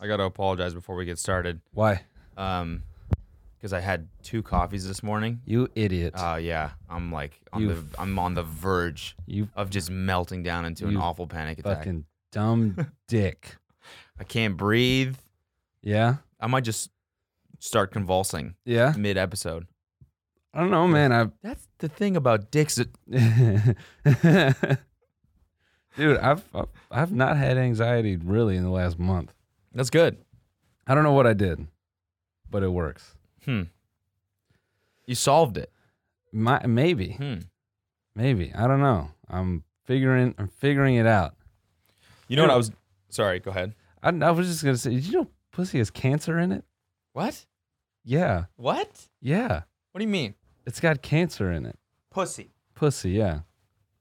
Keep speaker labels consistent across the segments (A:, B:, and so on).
A: I got to apologize before we get started.
B: Why?
A: Um, because I had two coffees this morning.
B: You idiot.
A: Oh yeah, I'm like on
B: You
A: the I'm on the verge
B: you
A: of just melting down into an
B: You
A: awful panic attack.
B: fucking dumb dick.
A: I can't breathe.
B: Yeah?
A: I might just start convulsing
B: Yeah?
A: mid episode.
B: I don't know, man. I
A: That's the thing about dicks. That,
B: Dude, I've I've not had anxiety really in the last month.
A: that's good.
B: I don't know what I did, but it works.
A: Hmm. You solved it.
B: My, maybe.
A: Hmm.
B: Maybe. I don't know. I'm figuring I'm figuring it out.
A: You know what I was? Sorry. Go ahead.
B: I, I was just going to say, did you know pussy has cancer in it?
A: What?
B: Yeah.
A: What?
B: Yeah.
A: What do you mean?
B: It's got cancer in it.
A: Pussy.
B: Pussy, yeah.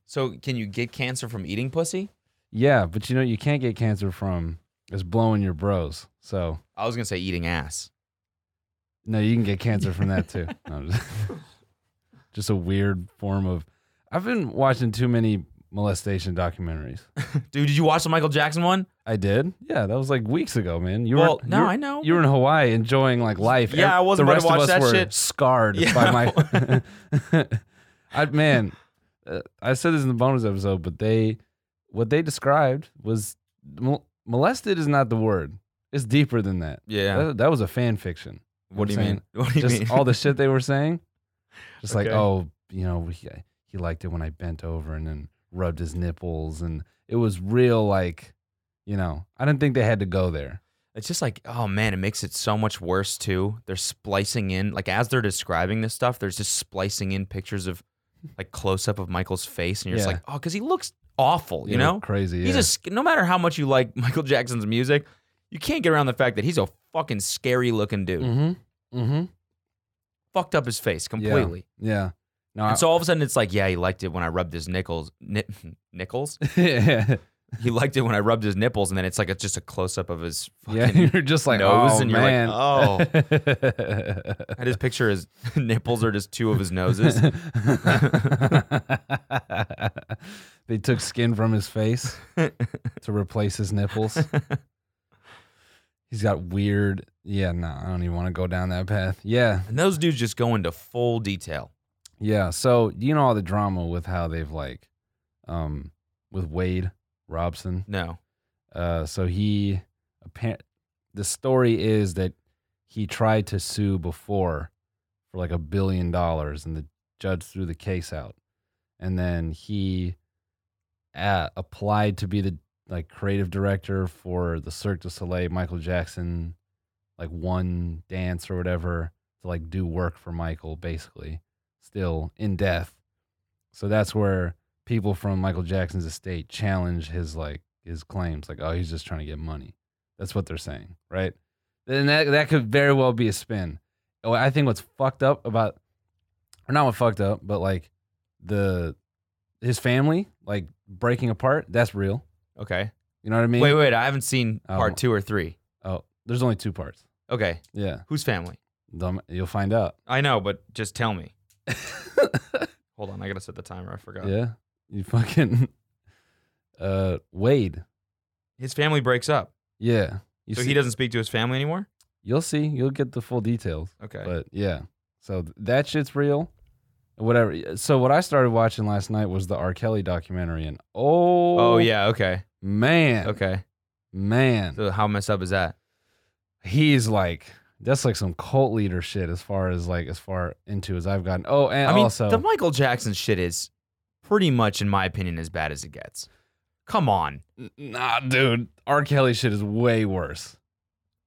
A: So can you get cancer from eating pussy?
B: Yeah, but you know you can't get cancer from is blowing your bros. So
A: I was gonna say eating ass.
B: no, you can get cancer from that too. No, I'm just, just a weird form of. I've been watching too many molestation documentaries.
A: Dude, did you watch the Michael Jackson one?
B: I did. Yeah, that was like weeks ago, man. You
A: Well,
B: were
A: no,
B: you were-
A: I know.
B: You were in Hawaii enjoying like life.
A: Yeah,
B: Ev-
A: I wasn't
B: The
A: about
B: rest
A: to watch
B: of us
A: that
B: were
A: shit.
B: scarred
A: Yeah.
B: by my. I man, uh, I said this in the bonus episode, but they, what they described was mol- molested is not the word. It's deeper than that.
A: Yeah.
B: That, that was a fan fiction.
A: what do you
B: I'm
A: mean? What do you
B: Just
A: mean?
B: all the shit they were saying. Just like,
A: Okay.
B: oh, you know, he, he liked it when I bent over and then rubbed his nipples, and it was real. Like, you know, I didn't think they had to go there.
A: it's just like, oh man, it makes it so much worse too. They're splicing in, like as they're describing this stuff, there's just splicing in pictures of like close up of Michael's face, and you're just
B: Yeah.
A: like, oh, because he looks awful, you
B: It was
A: know?
B: crazy.
A: He's
B: yeah.
A: a sc- no matter how much you like Michael Jackson's music, you can't get around the fact that he's a fucking scary looking dude.
B: Mm-hmm. Mm-hmm.
A: Fucked up his face completely.
B: Yeah. No. I,
A: And so all of a sudden it's like, yeah, he liked it when I rubbed his nickels, ni- nickels.
B: yeah.
A: He liked it when I rubbed his nipples, and then it's like it's just a close up of his.
B: Yeah,
A: Fucking,
B: You're just like,
A: nose,
B: oh
A: and you're like, "Oh."
B: man.
A: I just picture his nipples are just two of his noses.
B: they took skin from his face to replace his nipples. He's got weird. Yeah, no, I don't even want to go down that path. Yeah,
A: And those dudes just go into full detail.
B: yeah. So you know all the drama with how they've like, um, with Wade Robson.
A: No.
B: Uh, so he apparent the story is that he tried to sue before for like a billion dollars and the judge threw the case out and then he uh, applied to be the like creative director for the Cirque du Soleil Michael Jackson like one dance or whatever to like do work for Michael basically still in death so that's where people from Michael Jackson's estate challenge his like his claims, like, oh, he's just trying to get money. That's what they're saying, right? Then that that could very well be a spin. Oh, I think what's fucked up about, or not what fucked up, but like the his family like breaking apart. That's real.
A: Okay.
B: You know what I mean?
A: Wait, wait. I haven't seen
B: Oh.
A: part two or three.
B: Oh, there's only two parts.
A: Okay.
B: Yeah,
A: Whose family?
B: Dumb- you'll find out.
A: I know, but just tell me. Hold on. I got to set the timer. I forgot.
B: Yeah, you fucking uh Wade.
A: His family breaks up.
B: Yeah, you
A: so
B: see,
A: he doesn't speak to his family anymore?
B: you'll see. You'll get the full details.
A: Okay.
B: But yeah, so th- that shit's real. Whatever. So what I started watching last night was the R. Kelly documentary, and oh,
A: oh, yeah. Okay.
B: man,
A: Okay.
B: man,
A: So how messed up is that?
B: he's like that's like some cult leader shit as far as like as far into as I've gotten. Oh, and
A: I mean,
B: also
A: the Michael Jackson shit is pretty much, in my opinion, as bad as it gets. Come on.
B: nah, dude, R. Kelly shit is way worse.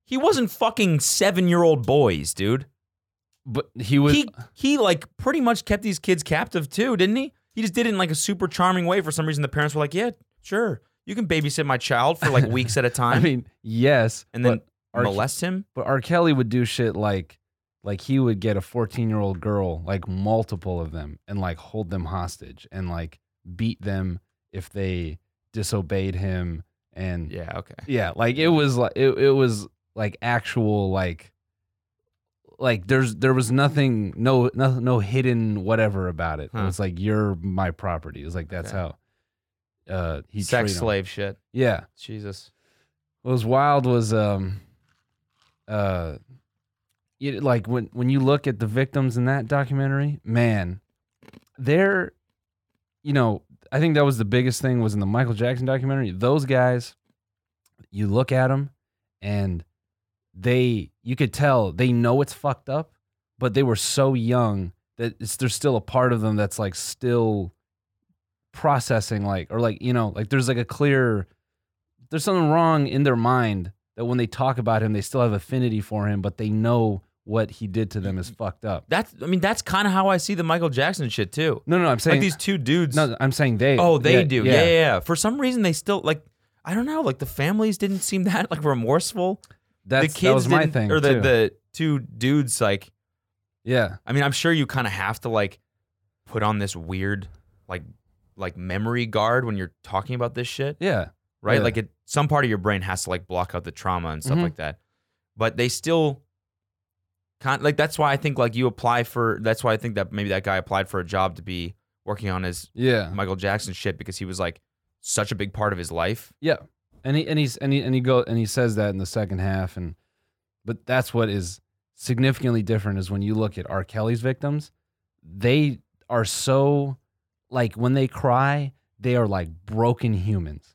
A: He wasn't fucking seven year old boys, dude.
B: But he was
A: he he like pretty much kept these kids captive too, didn't he? He just did it in like a super charming way. For some reason, the parents were like, "Yeah, sure, you can babysit my child for like weeks at a time,
B: I mean, yes,
A: and then
B: but R. Ke-
A: molest him."
B: but R. Kelly would do shit like like he would get a 14 year old girl, like multiple of them, and like hold them hostage and like beat them if they disobeyed him and yeah,
A: Yeah, okay.
B: like it was like it, it was like actual like like there's there was nothing no no, no hidden whatever about it.
A: Huh.
B: It was like you're my property. It was like that's
A: Okay.
B: how uh he
A: Sex
B: treated 'em.
A: slave shit.
B: Yeah.
A: Jesus.
B: what was wild was um uh it, like when when you look at the victims in that documentary, man, they're you know, I think that was the biggest thing was in the Michael Jackson documentary. Those guys, you look at them and they you could tell they know it's fucked up, but they were so young that it's, there's still a part of them that's like still processing like or like you know like there's like a clear there's something wrong in their mind that when they talk about him they still have affinity for him but they know what he did to them is fucked up
A: That's I mean that's kind of how I see the Michael Jackson shit too.
B: no no i'm saying
A: Like these two dudes.
B: no i'm saying they
A: oh, they do. Yeah. yeah, yeah. For some reason they still like I don't know, like the families didn't seem that like remorseful.
B: that's
A: the kids
B: that was my
A: didn't-
B: thing
A: or the
B: too.
A: the two dudes like
B: yeah
A: I mean, I'm sure you kind of have to like put on this weird like like memory guard when you're talking about this shit,
B: yeah
A: right?
B: Yeah.
A: Like it some part of your brain has to like block out the trauma and stuff
B: Mhm.
A: like that. But they still kind like that's why I think like you apply for that's why I think that maybe that guy applied for a job to be working on his
B: yeah
A: Michael Jackson shit because he was like such a big part of his life.
B: Yeah, and he and he's and he and he go and he says that in the second half, and but that's what is significantly different is when you look at R. Kelly's victims, they are so like when they cry, they are like broken humans.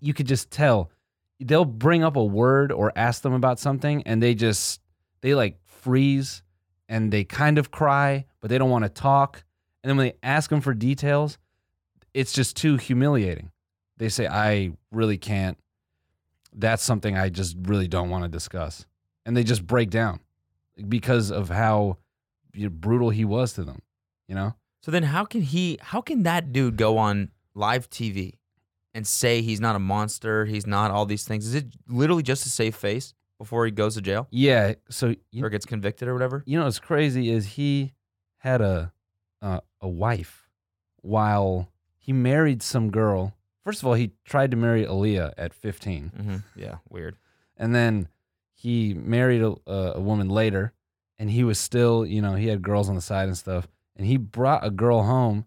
B: You could just tell. They'll bring up a word or ask them about something, and they just they like freeze and they kind of cry, but they don't want to talk. And then when they ask them for details, it's just too humiliating they say i really can't that's something i just really don't want to discuss and they just break down because of how you know, brutal he was to them you know
A: So then how can he how can that dude go on live TV and say he's not a monster, he's not all these things? Is it literally just to save face before he goes to jail
B: yeah so you,
A: or gets convicted or whatever?
B: you know what's crazy is he had a uh, a wife while he married some girl first of all he tried to marry Aaliyah at 15
A: hmm Yeah, weird.
B: and then he married a, a a woman later and he was still you know he had girls on the side and stuff and he brought a girl home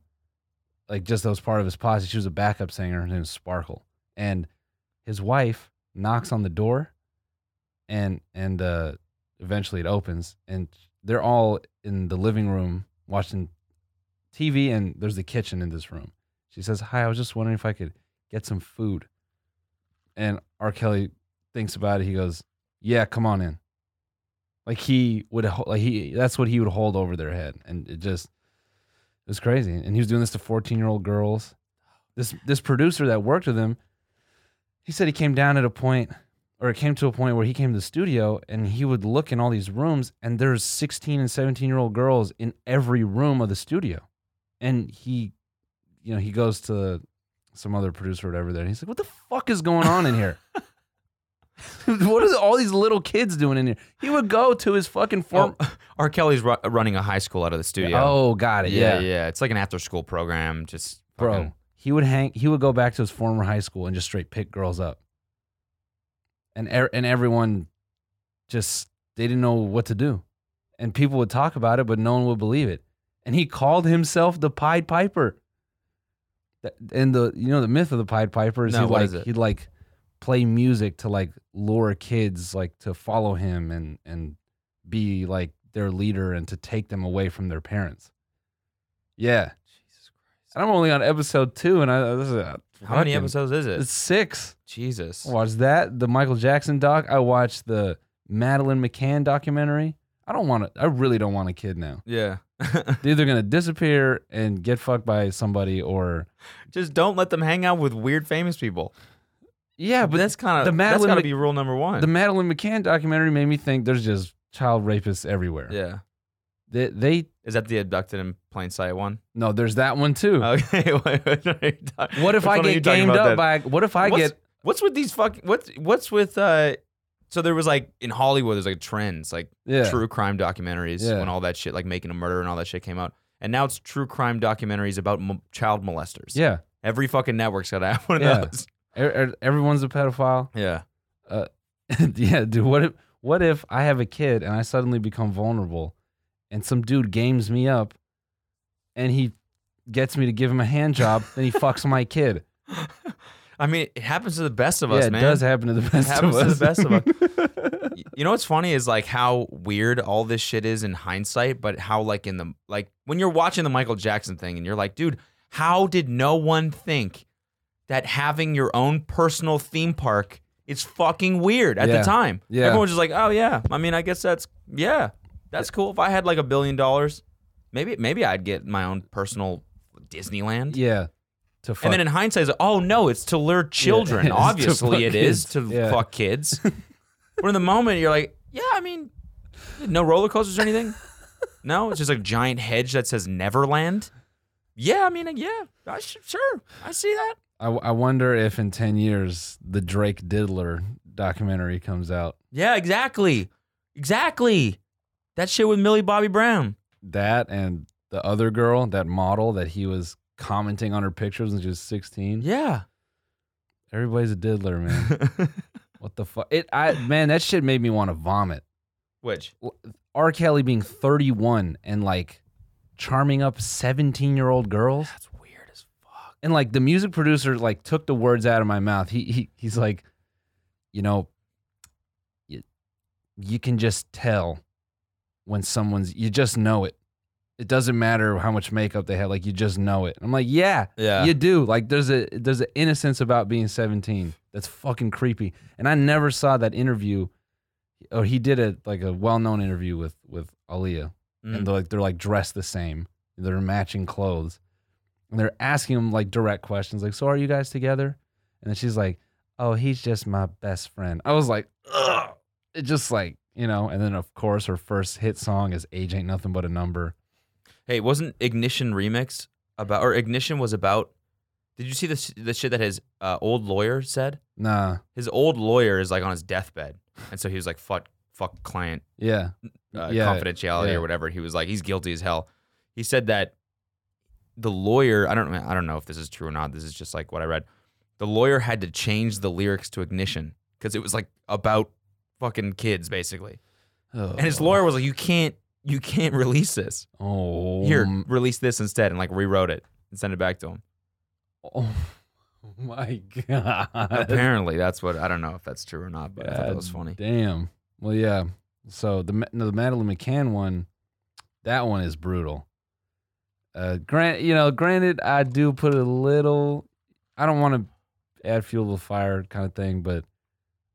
B: like just that was part of his posse she was a backup singer her name was sparkle and his wife knocks on the door and and uh eventually it opens and they're all in the living room watching tv and there's the kitchen in this room she says hi i was just wondering if i could get some food and r kelly thinks about it, he goes, "Yeah, come on in." Like he would, ho- like he that's what he would hold over their head, and it just it was crazy. And he was doing this to fourteen year old girls. This this producer that worked with him, he said he came down at a point, or it came to a point where he came to the studio and he would look in all these rooms, and there's sixteen and seventeen year old girls in every room of the studio, and he, you know, he goes to some other producer or whatever there, and he's like, "What the fuck is going on in here?" what are all these little kids doing in here? He would go to his fucking form.
A: Oh, R. Kelly's ru- running a high school out of the
B: Oh,
A: studio.
B: got it.
A: yeah,
B: Yeah,
A: yeah. It's like an after school program. Just
B: bro.
A: fucking-
B: He would hang. He would go back to his former high school and just straight pick girls up. And er, and everyone, just they didn't know what to do, and people would talk about it, but no one would believe it. And he called himself the Pied Piper. That- And the you know the myth of the Pied Piper is
A: No,
B: he
A: what
B: like
A: is it?
B: he'd like play music to like lure kids like to follow him and and be like their leader and to take them away from their parents. Yeah.
A: Jesus Christ.
B: And I'm only on episode two, and I uh, this is a
A: How many
B: fucking-
A: episodes is it?
B: It's six.
A: Jesus.
B: I watched that the Michael Jackson doc. I watched the Madeline McCann documentary. I don't want to. I really don't want a kid now.
A: Yeah.
B: They're either gonna disappear and get fucked by somebody, or
A: just don't let them hang out with weird famous people.
B: yeah. But
A: that's kind
B: the
A: of that's
B: Madeline
A: got to
B: Mc-
A: be rule number one.
B: the Madeline McCann documentary made me think there's just child rapists everywhere.
A: yeah.
B: They, they
A: Is that the abducted in plain sight one?
B: no. There's that one too.
A: Okay. what
B: what if I get gamed up by? What if I
A: what's,
B: get?
A: What's with these fucking? What's what's with? uh So there was like in Hollywood, there's like trends, like
B: Yeah.
A: true crime documentaries
B: Yeah.
A: when all that shit, like making a murder and all that shit came out. And now it's true crime documentaries about m- child molesters.
B: Yeah.
A: Every fucking network's got to have one of
B: Yeah.
A: those.
B: Er- er- Everyone's a pedophile.
A: Yeah.
B: yeah, dude. What if what if I have a kid and I suddenly become vulnerable, and some dude games me up, and he gets me to give him a hand job, then he fucks my kid.
A: I mean, it happens to the best of
B: yeah,
A: us,
B: it
A: man.
B: does happen to the best of
A: happens to the
B: us.
A: best of
B: us.
A: Y- You know what's funny is like how weird all this shit is in hindsight, but how like in the like when you're watching the Michael Jackson thing and you're like, dude, how did no one think that having your own personal theme park is fucking weird at
B: Yeah.
A: the time?
B: Yeah.
A: Everyone was just like, oh yeah. I mean, I guess that's yeah, that's cool. If I had like a billion dollars, maybe maybe I'd get my own personal Disneyland.
B: yeah. To fuck.
A: And then in hindsight, it's like, oh no, it's to lure children.
B: it's to fuck
A: Obviously, it is
B: kids.
A: to
B: Yeah.
A: fuck kids. but in the moment, you're like, yeah, I mean, no roller coasters or anything. No, it's just a giant hedge that says Neverland. Yeah, I mean, uh, yeah, I should, sure, I see that.
B: I, I wonder if in 10 years the Drake Diddler documentary comes out.
A: Yeah, exactly, exactly. That shit with Millie Bobby Brown.
B: That and the other girl, that model that he was commenting on her pictures when she was 16.
A: Yeah,
B: Everybody's a diddler, man. what the fuck? It I man, that shit made me want to vomit.
A: which
B: R. Kelly being 31 and like charming up 17 year old girls.
A: that's weird as fuck.
B: And like the music producer like took the words out of my mouth. He, he he's like, you know, you, you can just tell when someone's you just know it. It doesn't matter how much makeup they have, like you just know it. I'm like, yeah,
A: Yeah,
B: you do. Like there's a there's an innocence about being 17 that's fucking creepy. And I never saw that interview. Or he did a like a well known interview with with Aaliyah,
A: Mm.
B: and they're like they're like dressed the same. They're matching clothes, and they're asking him like direct questions, like, "So are you guys together?" And then she's like, "Oh, he's just my best friend." I was like, "Ugh!" It just like you know. And then of course her first hit song is "Age Ain't Nothing But a Number."
A: Hey, wasn't Ignition remix about or Ignition was about? Did you see the the shit that his uh, old lawyer said?
B: Nah,
A: His old lawyer is like on his deathbed, and so he was like, "Fuck, fuck, client
B: yeah,
A: uh,
B: yeah,
A: confidentiality
B: yeah.
A: or whatever." He was like, "He's guilty as hell." He said that the lawyer. I don't. I don't know if this is true or not. This is just like what I read. The lawyer had to change the lyrics to Ignition because it was like about fucking kids basically, and his
B: Oh.
A: lawyer was like, "You can't, you can't release this."
B: Oh,
A: here,
B: m-
A: release this instead, and like rewrote it and sent it back to him.
B: oh my god!
A: Apparently, that's what I don't know if that's true or not, but I thought that was
B: God
A: funny.
B: Damn. Well, yeah. So the Ma- no, the Madeline McCann one, that one is brutal. Uh, grant you know, granted, I do put a little. I don't want to add fuel to the fire kind of thing, but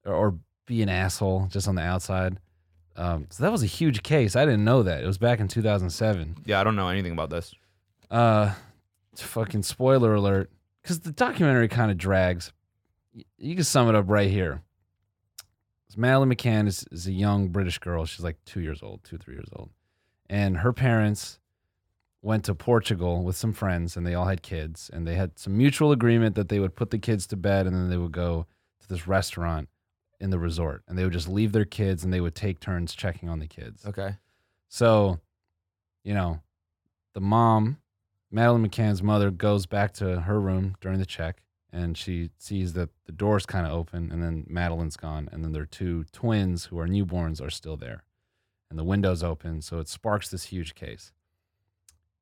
B: or, or be an asshole just on the outside. Um, so that was a huge case. I didn't know that. It was back in 2007
A: Yeah, I don't know anything about this.
B: uh fucking spoiler alert because the documentary kind of drags Y- you can sum it up right here So madeline mccann is, is a young british girl she's like two years old two three years old and her parents went to portugal with some friends and they all had kids and they had some mutual agreement that they would put the kids to bed and then they would go to this restaurant in the resort and they would just leave their kids and they would take turns checking on the kids
A: Okay.
B: so, you know, the mom, Madeline McCann's mother, goes back to her room during the check and she sees that the door's kind of open and then Madeline's gone. And then their two twins, who are newborns, are still there. And the window's open. So it sparks this huge case.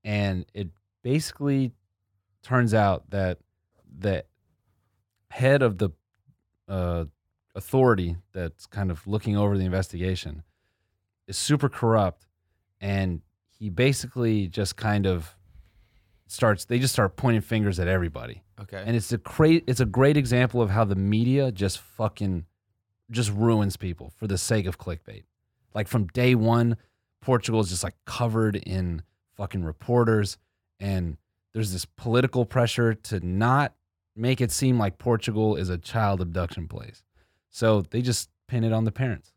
B: And it basically turns out that the head of the uh, authority that's kind of looking over the investigation is super corrupt and he basically just kind of starts they just start pointing fingers at everybody
A: Okay.
B: and it's a great it's a great example of how the media just fucking just ruins people for the sake of clickbait like from day one portugal is just like covered in fucking reporters and there's this political pressure to not make it seem like portugal is a child abduction place so they just pin it on the parents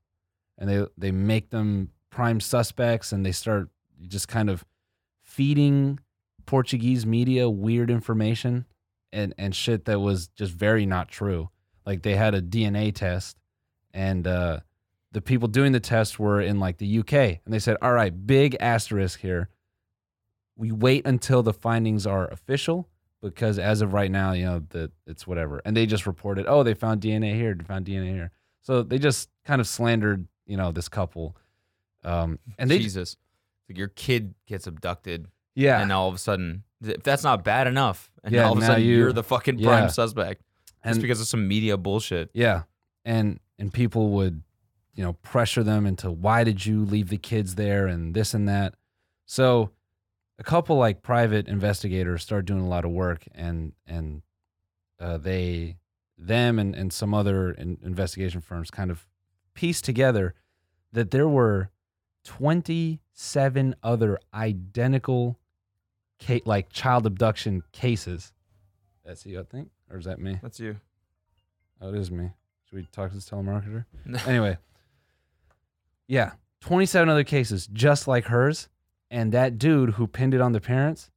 B: and they they make them prime suspects and they start just kind of feeding portuguese media weird information and and shit that was just very not true. Like they had a DNA test, and uh, the people doing the test were in like the UK, and they said, "All right, big asterisk here. We wait until the findings are official because as of right now, you know that it's whatever." And they just reported, "Oh, they found DNA here, they found DNA here." So they just kind of slandered, you know, this couple. Um, and they,
A: Jesus, Like, your kid gets abducted,
B: yeah,
A: and all of a sudden, if that's not bad enough, and
B: Yeah,
A: all of a
B: now
A: sudden
B: you-
A: you, are the fucking prime
B: yeah.
A: suspect. just
B: And-
A: because of some media bullshit.
B: Yeah. And and people would, you know, pressure them into why did you leave the kids there and this and that. So a couple like private investigators started doing a lot of work and and uh, they them and, and some other in, investigation firms kind of pieced together that there were 27 other identical ca- like child abduction cases. That's you, I think, or is that me?
A: That's you.
B: Oh, it is me. Should we talk to this telemarketer? anyway, yeah, 27 other cases just like hers. And that dude who pinned it on the parents,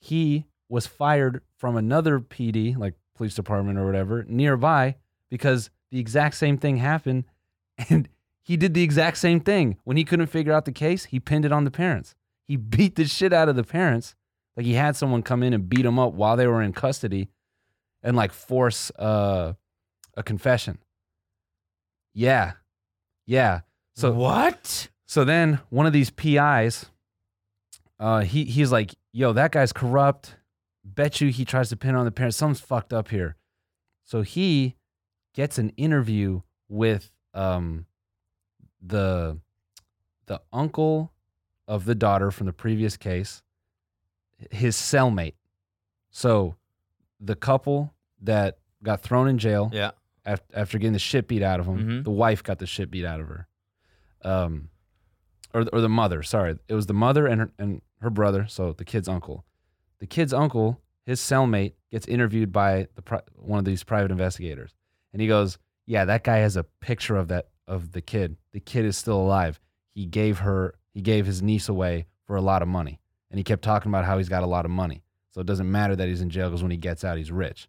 B: he was fired from another PD, like police department or whatever, nearby because the exact same thing happened. And he did the exact same thing. When he couldn't figure out the case, he pinned it on the parents. He beat the shit out of the parents. Like he had someone come in and beat them up while they were in custody and like force uh, a confession. Yeah. Yeah. So
A: what?
B: so then one of these PIs, uh, he he's like, "Yo, that guy's corrupt. Bet you he tries to pin on the parents. Something's fucked up here." So he gets an interview with um, the the uncle of the daughter from the previous case, his cellmate. So the couple that got thrown in jail
A: Yeah.
B: after, after getting the shit beat out of him.
A: Mhm.
B: The wife got the shit beat out of her, um, or or the mother. Sorry, it was the mother and her, and her brother. So the kid's uncle, the kid's uncle, his cellmate gets interviewed by the pri- one of these private investigators, and he goes, "Yeah, that guy has a picture of that of the kid. The kid is still alive. He gave her he gave his niece away for a lot of money, and he kept talking about how he's got a lot of money." So it doesn't matter that he's in jail because when he gets out, he's rich.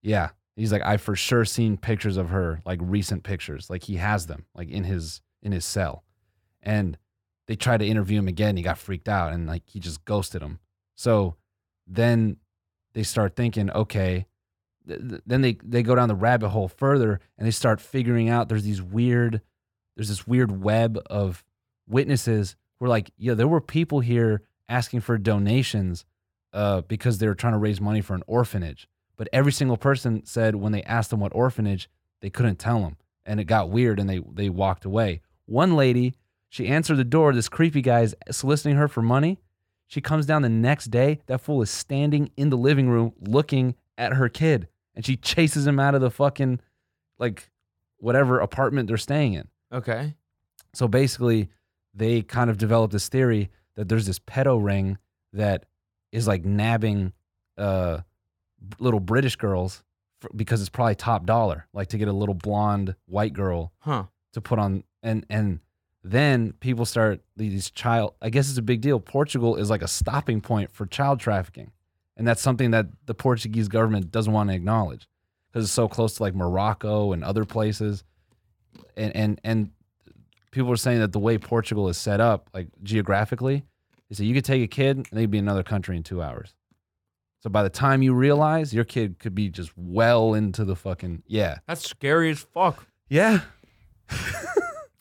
B: Yeah. He's like, I for sure seen pictures of her, like recent pictures. Like he has them, like in his in his cell. And they tried to interview him again. He got freaked out and like he just ghosted him. So then they start thinking, okay. th- th- Then they they go down the rabbit hole further and they start figuring out there's these weird, there's this weird web of witnesses who are like, yeah, there were people here asking for donations uh, because they were trying to raise money for an orphanage. But every single person said when they asked them what orphanage, they couldn't tell them. And it got weird and they, they walked away. One lady, she answered the door. This creepy guy's soliciting her for money. She comes down the next day. That fool is standing in the living room looking at her kid. And she chases him out of the fucking, like, whatever apartment they're staying in.
A: Okay.
B: So basically, they kind of developed this theory that there's this pedo ring that is like nabbing uh, b- little British girls f because it's probably top dollar, like to get a little blonde white girl
A: Huh.
B: to put on, and and then people start these child. I guess it's a big deal. Portugal is like a stopping point for child trafficking, and that's something that the Portuguese government doesn't want to acknowledge because it's so close to like Morocco and other places, and and and people are saying that the way Portugal is set up, like geographically, is that you could take a kid and they'd be in another country in two hours. So by the time you realize your kid could be just well into the fucking yeah
A: That's scary as fuck.
B: yeah.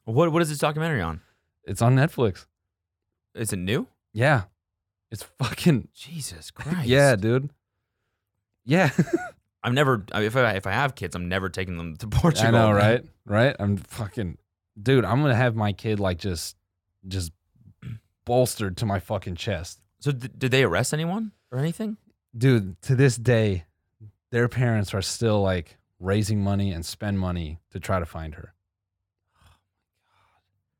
A: What What is this documentary on?
B: It's on Netflix.
A: Is it new?
B: Yeah, it's fucking
A: Jesus Christ.
B: yeah, dude. Yeah,
A: I'm never. I- If I if I have kids, I'm never taking them to Portugal.
B: I know,
A: man.
B: right? Right? I'm fucking dude. I'm gonna have my kid like just just bolstered to my fucking chest.
A: So d- did they arrest anyone or anything?
B: dude, to this day, their parents are still like raising money and spend money to try to find her.
A: Oh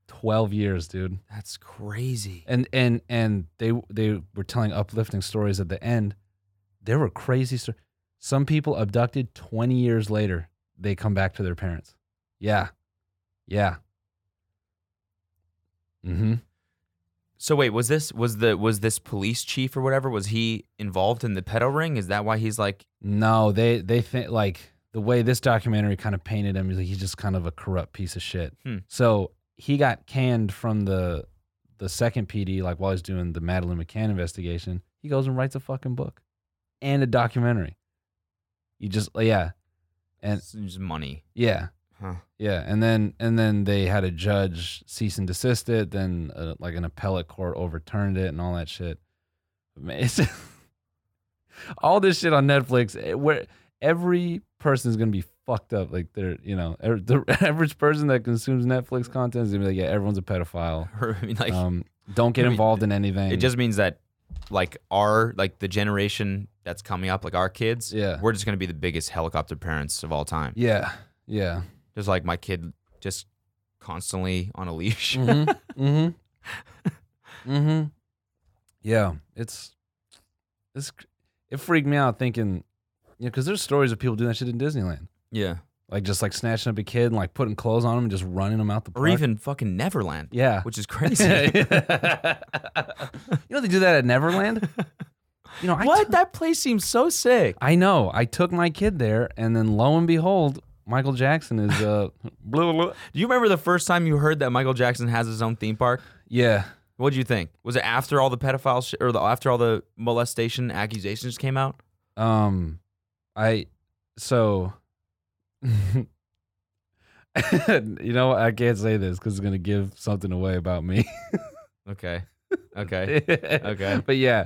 B: 12 years, dude.
A: That's crazy.
B: And and and they they were telling uplifting stories at the end. There were crazy stories. Some people abducted 20 years later, they come back to their parents. Yeah. Yeah. Mhm.
A: So wait, was this was the was this police chief or whatever? Was he involved in the pedo ring? Is that why he's like?
B: No, they they think like the way this documentary kind of painted him is like he's just kind of a corrupt piece of shit.
A: Hmm.
B: So he got canned from the the second PD like while he's doing the Madeline McCann investigation. He goes and writes a fucking book and a documentary. You just yeah, and
A: it's just money.
B: yeah.
A: Huh.
B: Yeah, and then and then they had a judge cease and desist it. Then uh, like an appellate court overturned it and all that shit. Man, it's- all this shit on Netflix. eh, Where every person is going to be fucked up. Like they're, you know, er- the average person that consumes Netflix content is going to be like, yeah, everyone's a pedophile.
A: Or, I mean, like
B: Um, don't
A: I
B: get
A: mean,
B: involved in anything.
A: it just means that like our like the generation that's coming up, like our kids,
B: Yeah.
A: we're just gonna be the biggest helicopter parents of all time.
B: yeah, yeah.
A: Just like my kid, just constantly on a leash.
B: Mm-hmm. mm-hmm. mm-hmm. Yeah, it's it's cr- it freaked me out thinking, you know, because there's stories of people doing that shit in Disneyland,
A: Yeah,
B: like just like snatching up a kid and like putting clothes on him and just running him out the
A: or
B: park.
A: even fucking Neverland,
B: yeah.
A: which is crazy.
B: you know they do that at Neverland. You know I
A: what?
B: took-
A: that place seems so sick.
B: I know. I took my kid there, and then lo and behold, Michael Jackson is uh, blah, blah, blah.
A: Do you remember the first time you heard that Michael Jackson has his own theme park?
B: yeah.
A: What would you think? Was it after all the pedophile sh- or the, after all the molestation accusations came out?
B: Um, I so you know what? I can't say this because it's gonna give something away about me.
A: Okay, okay,
B: okay, but yeah,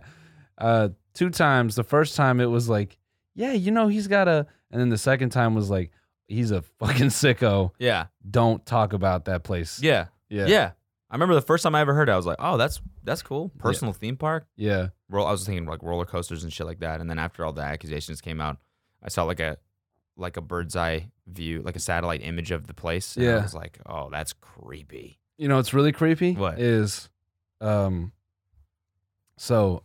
B: uh, two times. The first time it was like, yeah, you know, he's got a, and then the second time was like, he's a fucking sicko.
A: yeah,
B: Don't talk about that place.
A: yeah,
B: yeah,
A: yeah, I remember the first time I ever heard it, I was like, oh, that's that's cool. Personal theme park.
B: yeah.
A: Roll. I was thinking like roller coasters and shit like that. And then after all the accusations came out, I saw like a like a bird's eye view, like a satellite image of the place. And I
B: Yeah.
A: was like, oh, that's creepy.
B: You know, it's really creepy.
A: What?
B: is, um, so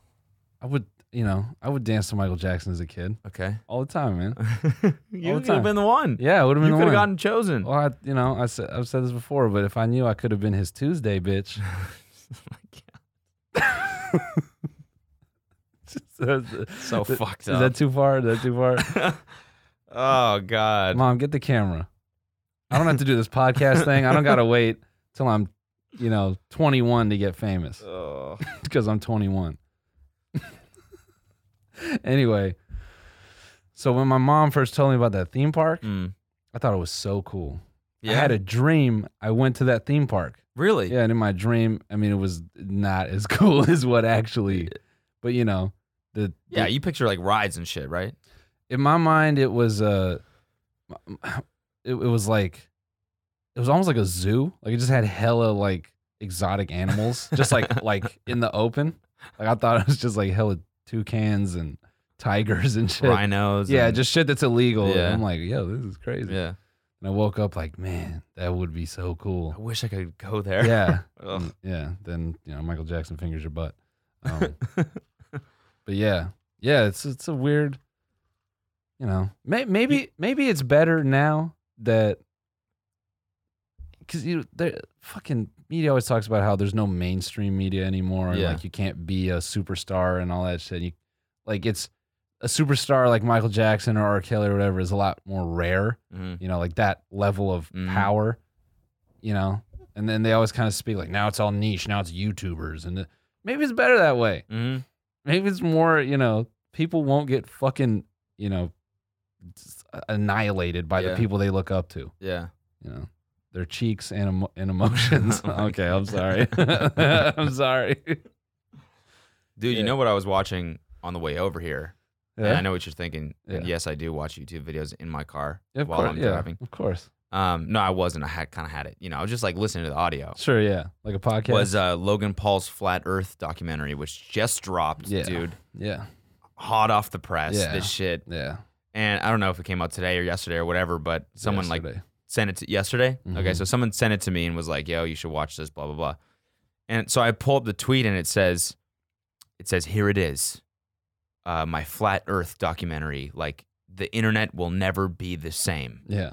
B: I would, you know, I would dance to Michael Jackson as a kid
A: Okay.
B: all the time, man.
A: you
B: All the
A: could have
B: time.
A: been the one.
B: Yeah, I would have
A: you
B: been
A: could
B: the
A: have gotten
B: one.
A: chosen.
B: well, I, you know, I said, I've said this before, but if I knew, I could have been his Tuesday bitch.
A: so
B: Th-
A: fucked
B: Is uh, that
A: up.
B: too far? Is that too far?
A: oh God.
B: Mom, get the camera. I don't have to do this podcast thing. I don't gotta wait till I'm, you know, 21 to get famous
A: Oh.
B: because I'm 21. anyway, so when my mom first told me about that theme park,
A: Mm.
B: I thought it was so cool.
A: Yeah.
B: I had a dream. I went to that theme park.
A: really.
B: Yeah, and in my dream, I mean, it was not as cool as what actually, but you know, the
A: Yeah,
B: the-
A: you picture like rides and shit, right?
B: in my mind, it was uh, it, it was like, it was almost like a zoo. Like it just had hella like exotic animals, just like like in the open. Like I thought it was just like hella toucans and tigers and shit.
A: Rhinos.
B: Yeah,
A: and-
B: just shit that's illegal. And
A: Yeah.
B: I'm like, yo, this is crazy.
A: yeah.
B: And I woke up like, man, that would be so cool.
A: I wish I could go there.
B: Yeah.
A: Ugh.
B: Mm, yeah, then you know Michael Jackson fingers your butt. Um,
A: Mm-hmm.
B: but yeah, yeah, it's it's a weird, you know, may, maybe maybe it's better now that because you there fucking media always talks about how there's no mainstream media anymore, and
A: Yeah.
B: like you can't be a superstar and all that shit. You like it's a superstar like Michael Jackson or R. Kelly or whatever is a lot more rare
A: Mhm.
B: you know, like that level of
A: Mhm.
B: power, you know. And then they always kind of speak like, now it's all niche, now it's YouTubers, and it- maybe it's better that way.
A: Mhm.
B: Maybe it's more, you know, people won't get fucking, you know, s- annihilated by
A: Yeah.
B: the people they look up to.
A: Yeah.
B: You know, their cheeks and emo- and emotions.
A: Oh my
B: okay, I'm sorry.
A: God.
B: I'm sorry.
A: Dude,
B: Yeah.
A: you know what I was watching on the way over here? And I
B: Yeah,
A: know what you're thinking. And
B: Yeah.
A: yes, I do watch YouTube videos in my car
B: of
A: while
B: course.
A: I'm
B: yeah,
A: driving.
B: of course.
A: Um, no, I wasn't. I had kind of had it. You know, I was just like listening to the audio.
B: Sure. Yeah, like a podcast.
A: Oh. Was uh, Logan Paul's Flat Earth documentary, which just dropped,
B: Yeah.
A: dude,
B: yeah,
A: hot off the press.
B: Yeah.
A: This shit,
B: yeah.
A: and I don't know if it came out today or yesterday or whatever, but someone like
B: Yesterday.
A: sent it to yesterday. Okay,
B: Mhm.
A: so someone sent it to me and was like, "Yo, you should watch this." Blah blah blah. And so I pull up the tweet and it says, "It says here it is, uh, my flat Earth documentary. Like the internet will never be the same."
B: yeah.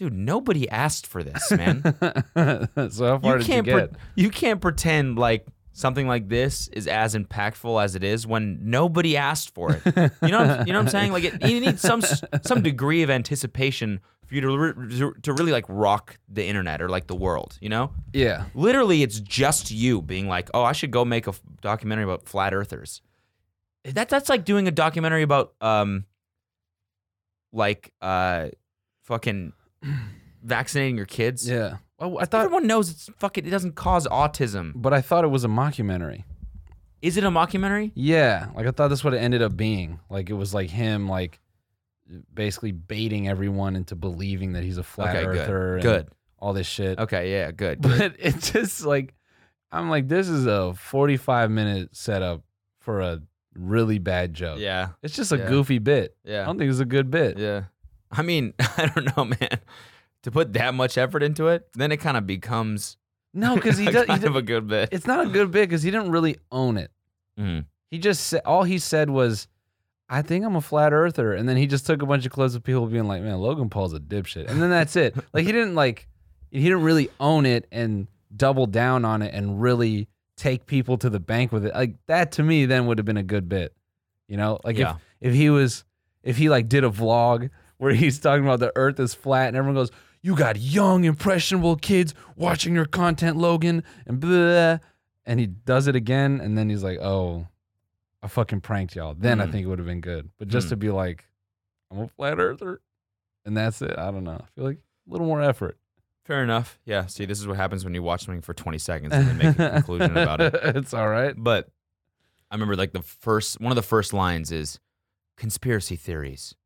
A: Dude, nobody asked for this, man.
B: so how far
A: you
B: did
A: can't
B: you
A: pre-
B: get?
A: you can't pretend like something like this is as impactful as it is when nobody asked for it. You know, what I'm- you know what I'm saying? Like, it, you need some s- some degree of anticipation for you to re- to really like rock the internet or like the world. You know,
B: Yeah,
A: literally, it's just you being like, "Oh, I should go make a f- documentary about flat earthers." Eh, That that's like doing a documentary about um, like uh, fucking vaccinating your kids.
B: yeah. Well, I thought,
A: Everyone knows it's fucking. It doesn't cause autism.
B: but I thought it was a mockumentary.
A: Is it a mockumentary?
B: Yeah, like I thought this would have ended up being like it was like him like basically baiting everyone into believing that he's a flat
A: Okay, good.
B: earther and
A: Good.
B: all this shit.
A: Okay, yeah, good. good.
B: But it's just like I'm like, this is a 45 minute setup for a really bad joke.
A: Yeah,
B: It's just a
A: Yeah.
B: goofy bit. I
A: yeah,
B: don't think it's a good bit.
A: yeah. I mean, I don't know, man. To put that much effort into it, then it kind of becomes
B: No, because he
A: a
B: does. He
A: kind
B: does
A: of a good bit.
B: it's not a good bit because he didn't really own it.
A: Mhm.
B: He just said all he said was, "I think I'm a flat earther," and then he just took a bunch of clips of people being like, "Man, Logan Paul's a dipshit," and then that's it. like he didn't like he didn't really own it and double down on it and really take people to the bank with it. Like that to me then would have been a good bit, you know? Like
A: Yeah.
B: if if he was if he like did a vlog where he's talking about the Earth is flat and everyone goes. You got young, impressionable kids watching your content, Logan, and blah and he does it again, and then he's like, "Oh, I fucking pranked y'all." Then I
A: Mm.
B: think it would have been good. But just
A: Mm.
B: to be like, "I'm a flat earther," and that's it. I don't know. I feel like a little more effort.
A: Fair enough. Yeah. See, this is what happens when you watch something for 20 seconds and then make a conclusion about it.
B: it's all right.
A: But I remember like the first one of the first lines is conspiracy theories.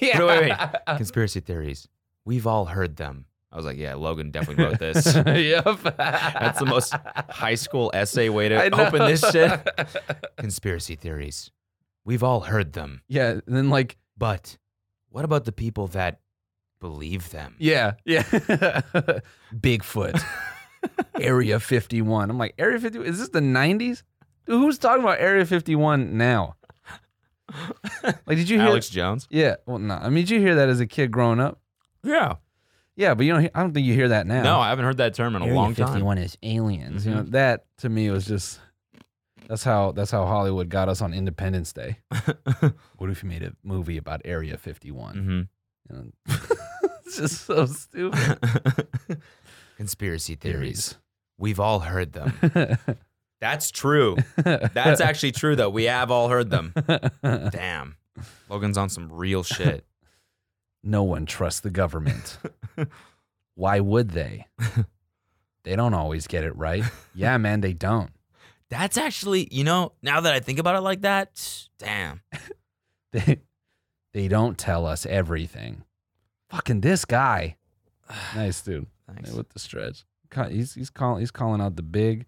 B: yeah.
A: wait,
B: Uh-huh.
A: Conspiracy theories. We've all heard them. I was like, yeah, Logan definitely wrote this.
B: yep.
A: That's the most high school essay way
B: I
A: to
B: know.
A: open this shit. Conspiracy theories. We've all heard them.
B: yeah. And then like,
A: But what about the people that believe them?
B: yeah, yeah. Bigfoot, Area 51. I'm like, Area 51. Is this the 90s? Dude, who's talking about Area 51 now? Like, did you hear?
A: Alex Jones?
B: Yeah. Well, no. I mean, did you hear that as a kid growing up?
A: Yeah.
B: Yeah, but you don't. Hear, I don't think you hear that now.
A: No, I haven't heard that term in a long time.
B: is aliens. You know that to me was just. That's how. That's how Hollywood got us on Independence Day. what if you made a movie about Area Fifty One?
A: hmm
B: it's just so stupid.
A: Conspiracy Mm-hmm. theories. We've all heard them. That's true. That's
B: that's
A: actually true, though. We have all heard them. Damn. Logan's on some real shit.
B: no one trusts the government. Why would they? They don't always get it right. Yeah, man, they don't.
A: That's actually, you know, now that I think about it like that, damn.
B: they they don't tell us everything. Fucking this guy. Nice dude.
A: Thanks.
B: Hey, with the stretch. Ca- He's he's calling he's calling out the big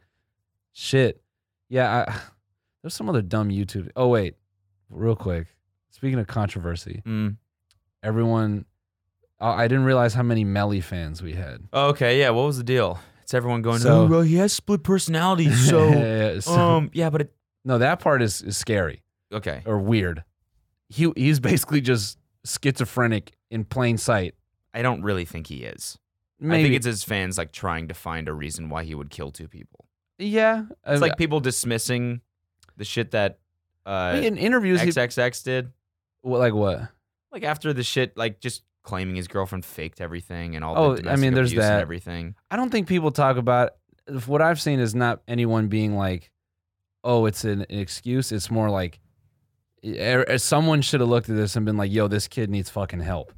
B: shit. Yeah, I, there's some other dumb YouTube. Oh wait, real quick. Speaking of controversy,
A: Mm.
B: everyone, I I didn't realize how many Melly fans we had.
A: Okay, yeah. What was the deal? It's everyone going,
B: So-
A: oh, well, he has split personality. So,
B: So-
A: um, yeah, but it,
B: no, that part is, is scary
A: okay.
B: or weird. He he's basically just schizophrenic in plain sight.
A: I don't really think he is.
B: Maybe
A: I think it's his fans like trying to find a reason why he would kill two people.
B: Oh, yeah.
A: It's like people dismissing the shit that uh,
B: in interviews, he,
A: XXX did.
B: Well, like what?
A: Like after the shit, like just claiming his girlfriend faked everything and all
B: Oh, I
A: the domestic
B: mean, there's
A: abuse
B: that.
A: and everything.
B: I don't think people talk about if what I've seen is not anyone being like, "Oh, it's an, an excuse." It's more like er, er, someone should have looked at this and been like, "Yo, this kid needs fucking help."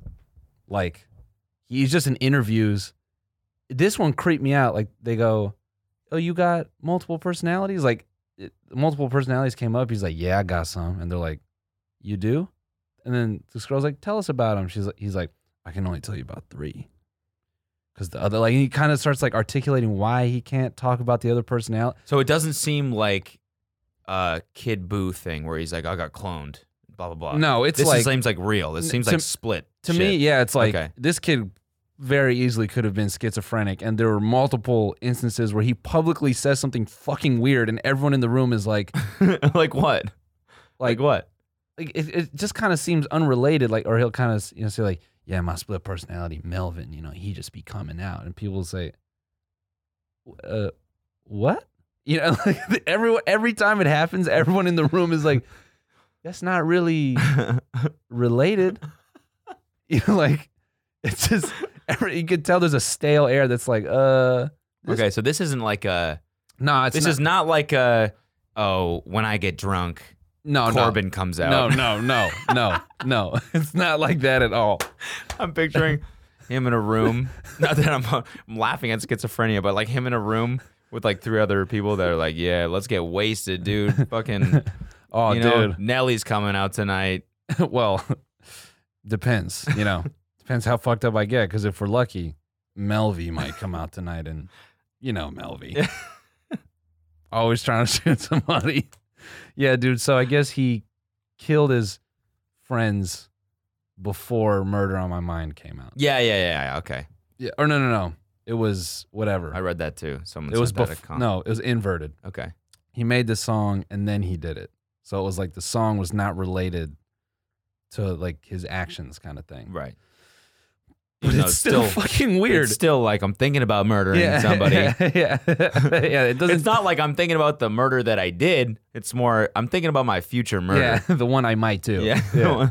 B: Like he's just in interviews. This one creeped me out. Like they go, "Oh, you got multiple personalities?" Like it, multiple personalities came up. He's like, "Yeah, I got some," and they're like, "You do?" And then this girl's like, "Tell us about him." She's like, "He's like, I can only tell you about three because the other like he kind of starts like articulating why he can't talk about the other personality.
A: So it doesn't seem like a Kid Boo thing where he's like, I got cloned, blah, blah, blah.
B: No, it's
A: This
B: like
A: seems like real. This
B: N-
A: seems
B: to-
A: like split.
B: to
A: shit.
B: me, yeah, it's like
A: Okay.
B: this kid very easily could have been schizophrenic, and there were multiple instances where he publicly says something fucking weird, and everyone in the room is like,
A: like what?
B: like,
A: what?
B: like it, it just kind of seems unrelated. Like, or he'll kind of you know say like, yeah, my split personality, Melvin, you know, he just be coming out, and people say, uh, what? You know, like every every time it happens, everyone in the room is like, that's not really related. you know, like it's just every, you could tell there's a stale air that's like, uh, This-
A: okay, so this isn't like a.
B: nah, it's
A: This
B: not,
A: is not like a. Oh, when I get drunk,
B: Oh, no,
A: Corbin comes out.
B: no, no, no, no, no, no. It's not like that at all.
A: I'm picturing him in a room. Not that I'm, uh, I'm laughing at schizophrenia, but like him in a room with like three other people that are like, yeah, let's get wasted, dude. Fucking,
B: Oh,
A: you know, Nelly's coming out tonight.
B: dude. well, Depends, you know. Depends how fucked up I get. Because if we're lucky, Melvy might come out tonight, and you know Melvy, always trying to shoot somebody. yeah, dude. So I guess he killed his friends before Murder on My Mind came out.
A: yeah, yeah, yeah, yeah. Okay,
B: Yeah, or no, no, no. It was whatever.
A: I read that too. Someone
B: it was
A: said that at
B: bef-
A: con.
B: no, it was inverted.
A: Okay.
B: He made the song and then he did it. So it was like the song was not related to like his actions kind of thing.
A: Right.
B: But
A: Even though
B: it's still, fucking weird.
A: It's still like I'm thinking about murdering somebody.
B: yeah, yeah, yeah. It doesn't.
A: It's not like I'm thinking about the murder that I did. It's more I'm thinking about my future
B: yeah,
A: murder.
B: the one I might do.
A: Yeah.
B: No,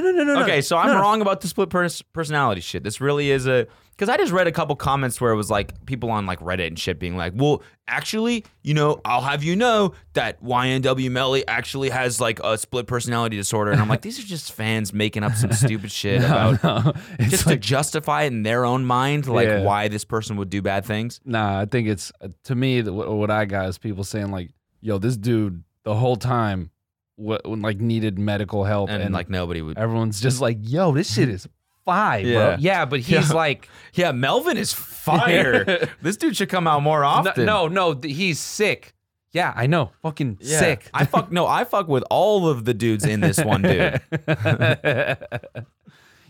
B: no, no, no. no.
A: okay, so I'm
B: No, no.
A: wrong about the split pers- personality shit. This really is a because I just read a couple comments where it was like people on like Reddit and shit being like, "Well, actually, you know, I'll have you know that YNW Melly actually has like a split personality disorder," and I'm like, these are just fans making up some stupid shit about
B: No, It's
A: just to
B: like,
A: justify it in their own mind, like
B: Yeah.
A: why this person would do bad things.
B: nah, I think it's uh, to me the, what, what I got is people saying like, "Yo, this dude the whole time, what like needed medical help
A: And, like nobody would.
B: Everyone's just like, yo, this shit is five,
A: Yeah.
B: bro. Yeah, but he's
A: Yeah.
B: like,
A: Yeah, Melvin is fire. this dude should come out more
B: no,
A: often.
B: no, no, th- he's sick. Yeah, I know. Fucking
A: Yeah.
B: sick.
A: I fuck no. I fuck with all of the dudes in this one dude.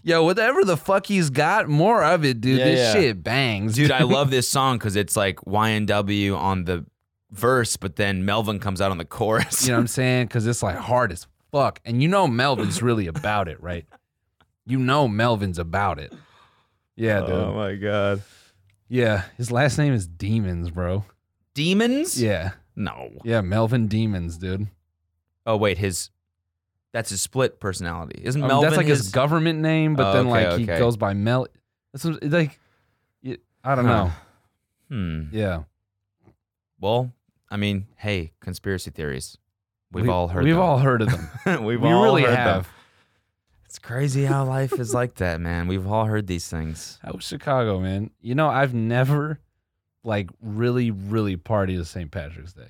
B: yo, whatever the fuck he's got, more of it, dude.
A: Yeah,
B: this
A: yeah.
B: shit bangs.
A: Dude, I love this song because it's like YNW on the verse, but then Melvin comes out on the chorus.
B: You know what I'm saying? Because it's like hard as fuck. And you know Melvin's really about it, right? You know Melvin's about it. Yeah, dude.
A: Oh my god.
B: yeah. His last name is Demons, bro.
A: Demons?
B: Yeah.
A: No.
B: Yeah, Melvin Demons, dude.
A: Oh wait, his that's his split personality. Isn't
B: I mean,
A: Melvin
B: Um, that's like his,
A: his
B: government name, but
A: Oh,
B: then
A: okay,
B: like he
A: okay.
B: goes by Mel. That's what- it's like, y- I don't
A: Huh.
B: know.
A: Hmm.
B: Yeah,
A: Well, I mean, hey, conspiracy theories. We've
B: We-
A: all heard
B: We've
A: them.
B: all heard of them.
A: we've
B: we
A: all
B: really
A: heard
B: have.
A: Them. It's crazy how life is like that, man. We've all heard these things.
B: How was Chicago, man? You know, I've never like really, really partied to St. Patrick's Day.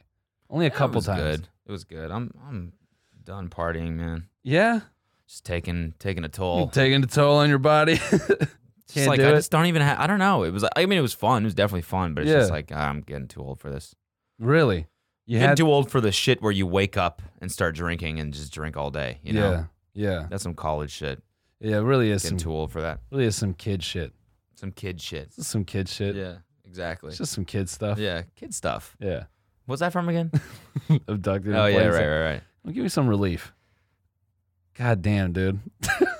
B: Only a
A: it
B: couple
A: was
B: times.
A: Good. It was good. I'm I'm done partying, man.
B: Yeah,
A: Just taking taking a toll.
B: taking a toll on your body.
A: Just
B: can't
A: like
B: do
A: I
B: it.
A: just don't even have. I don't know. It was. I mean, it was fun. It was definitely fun. But it's just
B: Yeah.
A: like ah, I'm getting too old for this.
B: really? You
A: getting
B: had
A: too old for the shit where you wake up and start drinking and just drink all day. You know,
B: yeah, yeah,
A: that's some college shit.
B: yeah. it Really is
A: Getting
B: some
A: too old for that.
B: really is some kid shit.
A: Some kid shit.
B: This is some kid shit.
A: Yeah, exactly.
B: It's just some kid stuff.
A: Yeah, kid stuff.
B: Yeah.
A: What's that from again?
B: Abducted.
A: oh
B: and
A: yeah,
B: played
A: right, right, right.
B: Well, give me some relief. God damn, dude.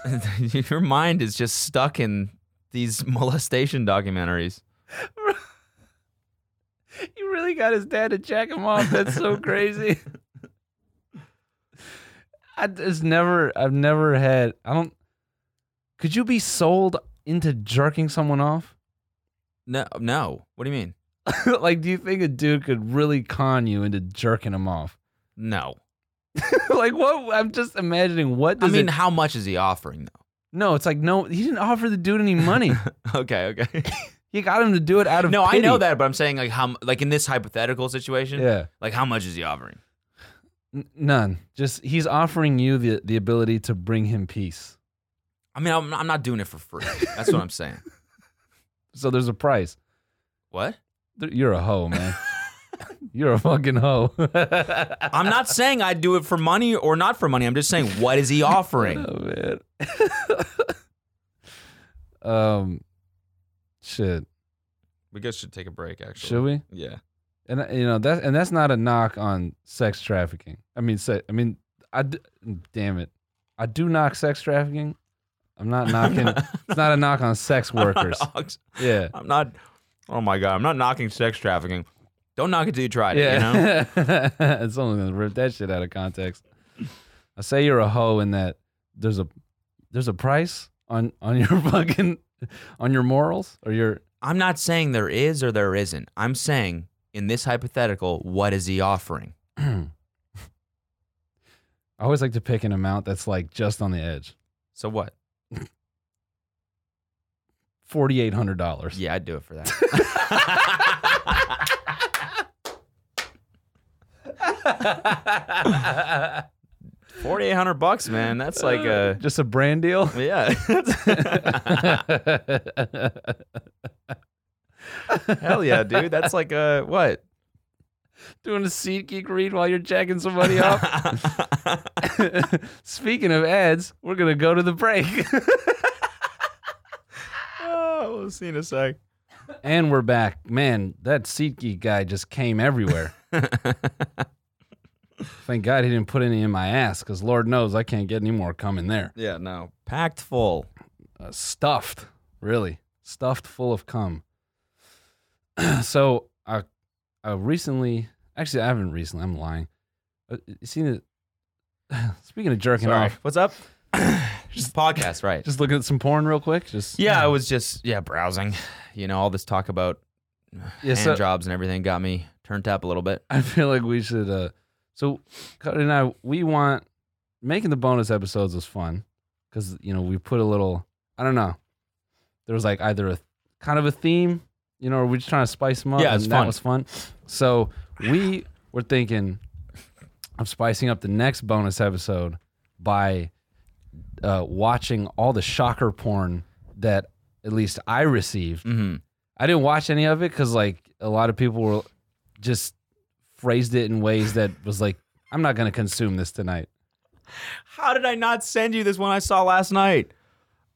A: Your mind is just stuck in these molestation documentaries.
B: He really got his dad to jack him off. That's so crazy. I just never, I've never had, I don't, could you be sold into jerking someone off?
A: No, no. What do you mean?
B: like, do you think a dude could really con you into jerking him off?
A: No.
B: like, what? I'm just imagining what
A: I
B: does
A: mean,
B: it,
A: how much is he offering
B: no, it's like, no, he didn't offer the dude any money.
A: though? Okay, okay.
B: he got him to do it out of
A: no, I know
B: pity.
A: that, but I'm saying like how like in this hypothetical situation,
B: Yeah.
A: like how much is he offering?
B: N- none. Just he's offering you the, the ability to bring him peace.
A: I mean, I'm, I'm not doing it for free. That's what I'm saying.
B: So there's a price.
A: What?
B: Th- You're a hoe, man. You're a fucking hoe. oh
A: I'm not saying I'd do it for money or not for money. I'm just saying what is he offering?
B: Oh, man. um, shit.
A: We guys should take a break actually.
B: Should we?
A: Yeah.
B: And uh, you know that, and that's not a knock on sex trafficking. I mean, se- I mean, I d- damn it, I do knock sex trafficking. I'm not knocking. it's not a knock on sex workers. Yeah.
A: I'm not Oh my god, I'm not knocking sex trafficking. Don't knock it till you tried it, you know?
B: yeah. Someone's gonna rip that shit out of context. I say you're a hoe in that there's a there's a price on on your fucking on your morals or your
A: I'm not saying there is or there isn't. I'm saying in this hypothetical, what is he offering?
B: I always like to pick an amount that's like just on the edge.
A: So what?
B: Forty eight hundred dollars.
A: Yeah, I'd do it for that. Forty eight hundred bucks, man. That's like uh, a
B: just a brand deal.
A: yeah. Hell yeah, dude. That's like a what?
B: Doing a seat geek read while you're jacking somebody up. Speaking of ads, we're gonna go to the break,
A: oh, we'll see in a sec.
B: and we're back. Man, that seat geek guy just came everywhere. Thank God he didn't put any in my ass, because Lord knows I can't get any more coming there.
A: yeah, no. Packed full.
B: uh, stuffed, really stuffed full of cum. so I, I recently, actually, I haven't recently. I'm lying. Uh, you seen it? Speaking of jerking
A: Sorry.
B: off,
A: What's up? just podcast, right?
B: just looking at some porn real quick. Just
A: yeah, I was just yeah browsing. You know, all this talk about
B: yeah.
A: hand
B: so
A: jobs and everything got me turned up a little bit.
B: I feel like we should. uh So Cody and I, we want making the bonus episodes was fun because you know we put a little. I don't know. There was like either a kind of a theme, you know, or we just trying to spice them up.
A: Yeah, it's
B: and
A: fun.
B: That was fun. So we were thinking of spicing up the next bonus episode by uh, watching all the shocker porn that at least I received.
A: Mm-hmm.
B: I didn't watch any of it because like a lot of people were just phrased it in ways that was like, I'm not gonna consume this tonight.
A: How did I not send you this one I saw last night?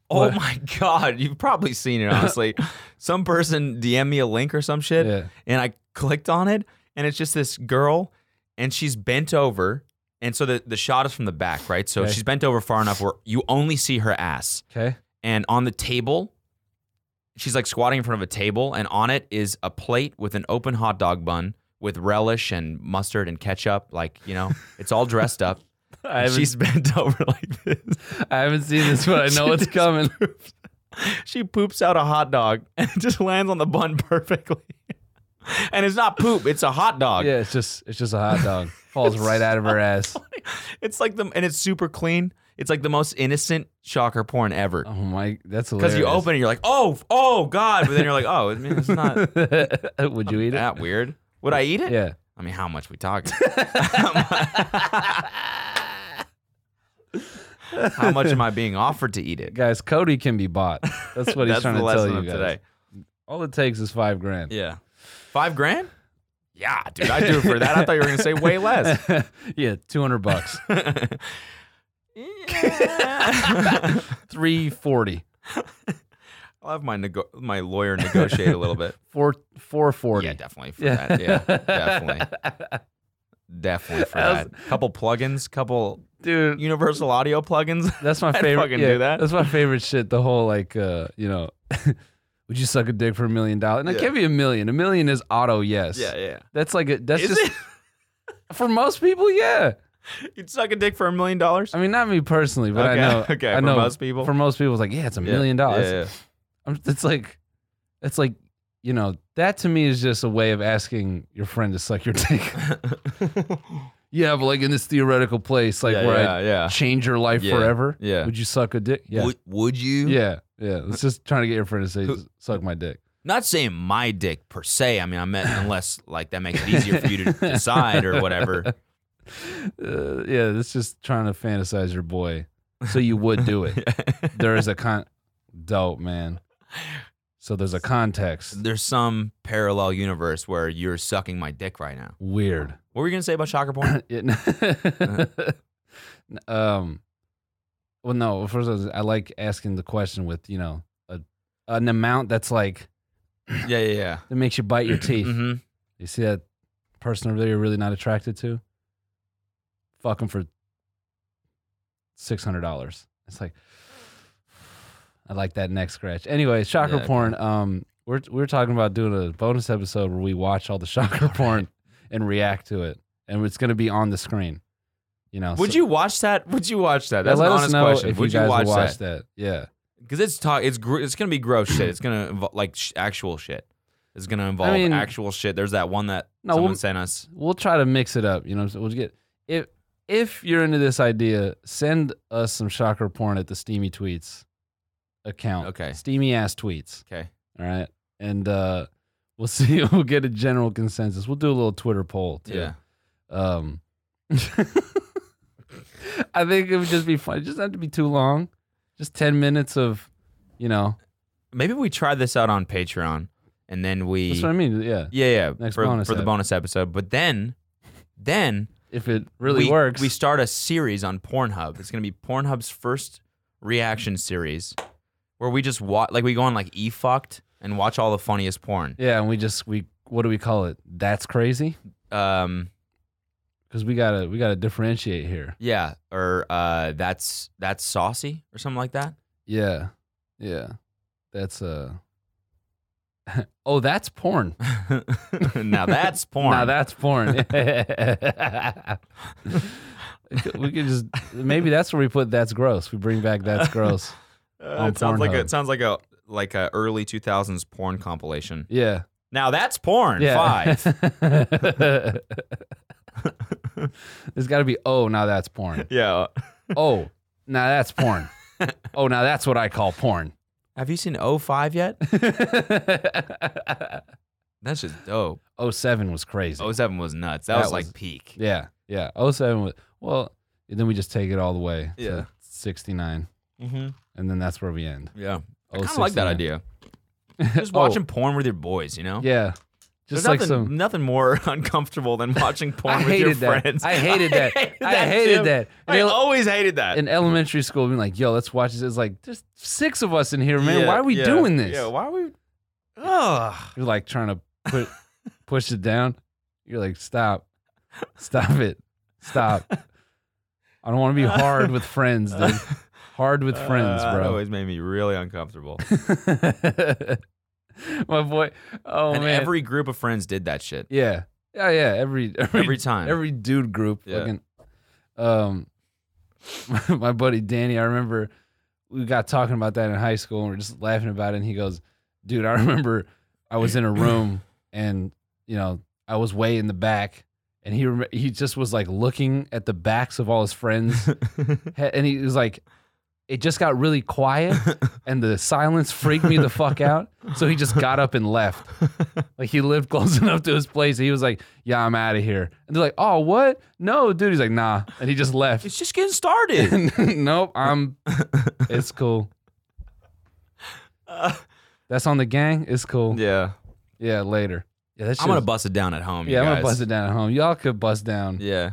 A: Oh
B: What?
A: my god, you've probably seen it honestly. some person DM me a link or some shit
B: Yeah.
A: and I clicked on it and it's just this girl and she's bent over and so the, the shot is from the back, right? So
B: Okay.
A: she's bent over far enough where you only see her ass.
B: Okay.
A: And on the table, she's like squatting in front of a table and on it is a plate with an open hot dog bun with relish and mustard and ketchup like, you know, it's all dressed up.
B: I
A: And
B: haven't,
A: she's bent over like this.
B: I haven't seen this, but I know it's coming.
A: She poops out a hot dog and it just lands on the bun perfectly. And it's not poop, it's a hot dog.
B: Yeah, it's just it's just a hot dog. Falls right out of her ass.
A: It's like the and it's super clean. It's like the most innocent shocker porn ever.
B: Oh my that's hilarious.
A: Because you open it, you're like, oh, oh God. But then you're like, oh, I mean, it's not
B: Would you eat it?
A: that weird. Would I eat it?
B: Yeah.
A: I mean, how much we talking? how much am I being offered to eat it?
B: Guys, Cody can be bought. That's what he's
A: That's
B: trying
A: the
B: to
A: lesson
B: tell you
A: of
B: guys.
A: today.
B: All it takes is five grand.
A: Yeah. Five grand? Yeah, dude, I do it for that. I thought you were gonna say way less.
B: yeah, two hundred bucks.
A: Yeah.
B: Three forty.
A: I'll have my nego- my lawyer negotiate a little bit.
B: Four four forty.
A: Yeah, definitely for that. Yeah, definitely, definitely for
B: That was-
A: that. Couple plugins, couple
B: Dude,
A: universal audio plugins.
B: that's my
A: I'd
B: favorite.
A: fucking
B: yeah,
A: do that.
B: That's my favorite shit. The whole like, uh, you know, would you suck a dick for a million dollars? And I
A: Yeah.
B: give you a million. A million is auto yes.
A: yeah.
B: That's like a, that's
A: Is
B: just for most people. Yeah.
A: it? You'd suck a dick for a million dollars?
B: I mean, not me personally, but
A: Okay,
B: I know.
A: okay,
B: I
A: for
B: know
A: most people?
B: For most people, it's like yeah, it's a
A: Yeah,
B: million dollars.
A: yeah, yeah.
B: I'm- It's like, it's like, you know, that to me is just a way of asking your friend to suck your dick. yeah, but like in this theoretical place, like
A: yeah,
B: where
A: yeah,
B: I
A: yeah.
B: change your life
A: Yeah,
B: forever.
A: yeah.
B: Would you suck a dick? Yeah.
A: Would, would you?
B: Yeah, yeah. It's just trying to get your friend to say,
A: Who-
B: "Suck my dick."
A: Not saying my dick per se. I mean, I meant unless like that makes it easier for you to decide or whatever.
B: Uh, yeah, it's just trying to fantasize your boy, so you would do it. there is a con, dope man. So there's a context.
A: There's some parallel universe where you're sucking my dick right now.
B: Weird.
A: What were you gonna say about shocker porn?
B: It- um, well, no. First, I, was, I like asking the question with you know a, an amount that's like
A: yeah, yeah, yeah.
B: that makes you bite your teeth.
A: Mm-hmm.
B: You see that person over there you're really not attracted to? Fuck them for six hundred dollars. It's like I like that neck scratch. Anyway, shocker
A: Yeah, okay.
B: porn. Um, we're we're talking about doing a bonus episode where we watch all the shocker porn and react to it, and it's gonna be on the screen. You know?
A: Would
B: so-
A: you watch that? Would you watch that?
B: Yeah,
A: That's
B: let
A: an
B: us
A: honest
B: know
A: question.
B: if
A: Would
B: you,
A: you,
B: guys
A: watch,
B: watch
A: that?
B: that? Yeah.
A: Because it's talk. It's gr- it's gonna be gross shit. It's gonna involve like sh- actual shit. It's gonna involve
B: mean-
A: actual shit. There's that one that
B: No,
A: someone
B: we'll-
A: sent us.
B: we'll try to mix it up. You know, what I'm saying? we'll get if if you're into this idea, send us some shocker porn at the Steamy Tweets account.
A: Okay.
B: Steamy ass tweets.
A: Okay.
B: All right. And uh we'll see we'll get a general consensus. We'll do a little Twitter poll too.
A: Yeah.
B: Um I think it would just be fun. It doesn't have to be too long. Just ten minutes of, you know,
A: Maybe we try this out on Patreon, and then we
B: that's what I mean. Yeah,
A: yeah yeah
B: Next
A: for,
B: bonus
A: for the
B: ep.
A: bonus episode. But then, then
B: if it really
A: we,
B: works.
A: We start a series on Pornhub. It's gonna be Pornhub's first reaction series, where we just watch like we go on like e fucked and watch all the funniest porn.
B: yeah, and we just we what do we call it? That's crazy
A: Um,
B: because we gotta we gotta differentiate here.
A: yeah, or uh, that's that's saucy or something like that.
B: Yeah, yeah, that's uh. oh, that's porn.
A: now that's porn.
B: Now that's porn. we could just maybe that's where we put that's gross. We bring back that's gross.
A: Uh,
B: on
A: it sounds like a,
B: Pornhub.
A: it sounds like a like a early two thousands porn compilation.
B: Yeah.
A: Now that's porn.
B: yeah.
A: Five.
B: There's got to be oh now that's porn.
A: yeah.
B: Oh now that's porn. Oh now that's what I call porn.
A: Have you seen 05 yet? That's just dope.
B: 07 Oh, was crazy.
A: 07 Oh, was nuts. That,
B: That
A: was,
B: was-
A: like peak.
B: Yeah, yeah. 07 was well. and Then we just take it all the way
A: Yeah.
B: to 69,
A: Mm-hmm.
B: and then that's where we end.
A: Yeah. I
B: Oh,
A: kind of like that
B: 69.
A: idea. Just
B: Oh.
A: watching porn with your boys, you know?
B: Yeah. Just
A: There's
B: like
A: nothing,
B: some
A: nothing more uncomfortable than watching porn
B: I
A: with your
B: hated that.
A: friends.
B: I hated that. I hated
A: too.
B: that.
A: I
B: In ele-
A: always hated that.
B: in elementary school, being like, "Yo, let's watch this." It's like there's six of us in here, man.
A: Yeah,
B: why are we
A: yeah,
B: doing this?
A: Yeah, why are we? Ugh.
B: You're like trying to put push it down. You're like, "Stop, stop it, stop." I don't want to be hard with friends, dude. Hard with friends,
A: Uh, That
B: bro.
A: always made me really uncomfortable.
B: My boy. Oh
A: and
B: man.
A: every group of friends did that shit
B: yeah. Yeah, yeah. Every every
A: every time.
B: every dude group.
A: Yeah.
B: Fucking, um, my, buddy Danny, I remember we got talking about that in high school and we are just laughing about it. And he goes, "Dude, I remember I was in a room and you know I was way in the back." And he rem- he just was like looking at the backs of all his friends, he- and he was like, "It just got really quiet, and the silence freaked me the fuck out." So he just got up and left. Like he lived close enough to his place. He was like, "Yeah, I'm out of here." And they're like, "Oh, what? No, dude." He's like, "Nah," and he just left.
A: it's just getting started.
B: nope, I'm. It's cool.
A: Uh,
B: That's on the gang. It's cool. Yeah,
A: yeah,
B: later. Yeah, that's.
A: I'm gonna bust it down at home.
B: Yeah,
A: you
B: I'm gonna
A: guys.
B: buzz it down at home. Y'all could buzz down.
A: Yeah.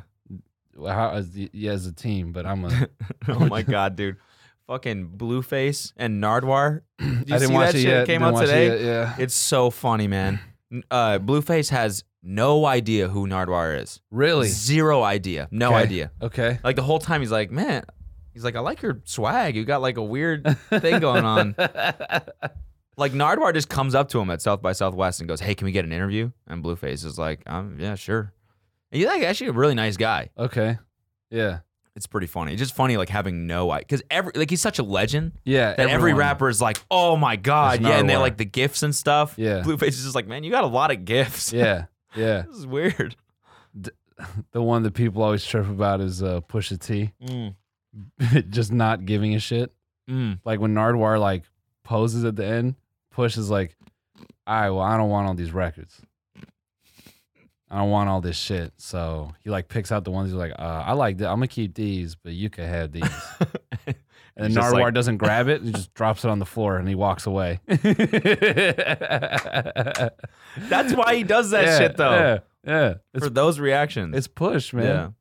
B: well, How, as, the- yeah, as a team, but I'm a.
A: oh my god, dude. Fucking Blueface and Nardwar. Did you
B: I didn't
A: see
B: watch
A: that
B: it
A: shit
B: yet.
A: came
B: Didn't
A: out
B: watch it
A: today?
B: yet, Yeah.
A: It's so funny, man. N- Uh, Blueface has no idea who Nardwar is.
B: Really?
A: Zero idea. No
B: Okay.
A: idea.
B: Okay.
A: Like the whole time he's like, man, he's like, I like your swag. You got like a weird thing going on. Like Nardwar just comes up to him at South by Southwest and goes, Hey, can we get an interview? And Blueface is like, um, yeah, sure. And he's like actually a really nice guy.
B: Okay. Yeah.
A: It's pretty funny. It's just funny like having no idea because every like he's such a legend.
B: Yeah.
A: that every
B: everyone.
A: rapper is like, oh my god,
B: There's
A: yeah, and
B: not a
A: they
B: word.
A: like the gifts and stuff.
B: Yeah.
A: Blueface is just like, man, you got a lot of gifts.
B: Yeah. Yeah.
A: this is weird.
B: The one that people always trip about is uh, Pusha T.
A: Mm.
B: just not giving a shit.
A: Mm.
B: Like when Nardwar like poses at the end, Push is like, all right, well, I don't want all these records. I don't want all this shit. So he like picks out the ones he's like, uh, I like that. I'm gonna keep these, but you can have these. And then
A: He's just
B: Nardwar
A: like-
B: doesn't grab it, he just drops it on the floor and he walks away. That's
A: That's why he does that shit though.
B: Yeah, yeah. It's
A: For those reactions.
B: it's push, man.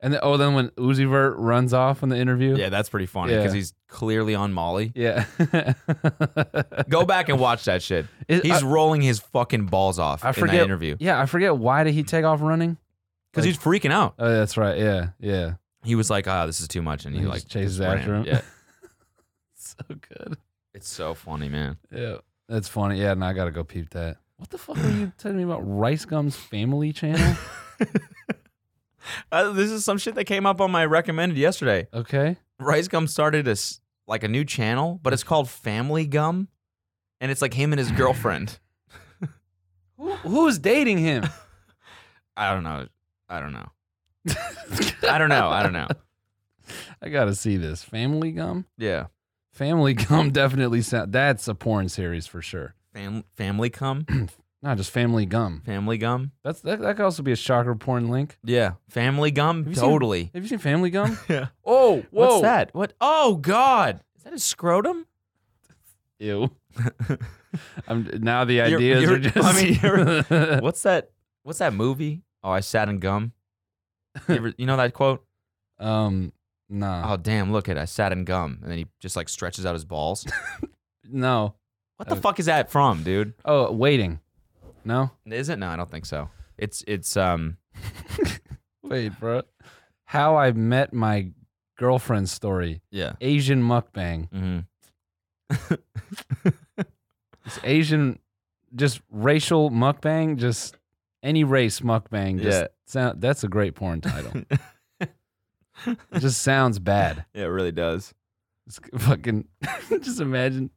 B: And then oh then when Uzi Vert runs off in the interview.
A: Yeah. Yeah, that's pretty funny because
B: Yeah.
A: he's clearly on Molly.
B: Yeah.
A: Go back and watch that shit.
B: It-
A: He's
B: I,
A: rolling his fucking balls off
B: I
A: in
B: forget-
A: that interview.
B: yeah, I forget why did he take off running?
A: Because he's freaking out.
B: Oh, that's right. Yeah, yeah.
A: He was like, ah, this is too much. And he,
B: He
A: like
B: just chases
A: ran.
B: after him.
A: Yeah.
B: So good.
A: It's so funny, man.
B: Yeah, that's funny. Yeah, and I gotta go peep that. What the fuck were you telling me about Rice Gum's Family Channel?
A: Uh, this is some shit that came up on my recommended yesterday.
B: Okay.
A: Rice Gum started a s- like a new channel, but it's called Family Gum, and it's like him and his girlfriend.
B: Who who is dating him?
A: I don't know. I don't know. I don't know. I don't know.
B: I gotta see this Family Gum.
A: Yeah,
B: Family Gum definitely sound. That's a porn series for sure.
A: Fam- Family Cum.
B: No, just Family Gum.
A: Family Gum.
B: That's that, that could also be a shocker porn link.
A: Yeah, Family Gum.
B: Have you seen-
A: totally.
B: Have you seen Family Gum?
A: Yeah.
B: oh, whoa.
A: What's that? What? Oh God! Is that a scrotum?
B: Ew. I'm, now the
A: You're-
B: ideas
A: you're-
B: are just.
A: I mean,
B: Uh,
A: What's that? What's that movie? Oh, I sat in gum. You, ever- you know that quote?
B: um, nah,
A: Oh damn! Look at it, I sat in gum, and then he just like stretches out his balls.
B: no.
A: What the fuck is that from, dude?
B: Oh, waiting. No,
A: Is it? No, I don't think so. It's it's um
B: wait, bro. How I met my girlfriend story.
A: yeah.
B: Asian mukbang.
A: hmm
B: It's Asian, just racial mukbang. Just any race mukbang. Just
A: Yeah.
B: Sound, that's a great porn title. it just sounds bad.
A: Yeah, it really does.
B: It's fucking just imagine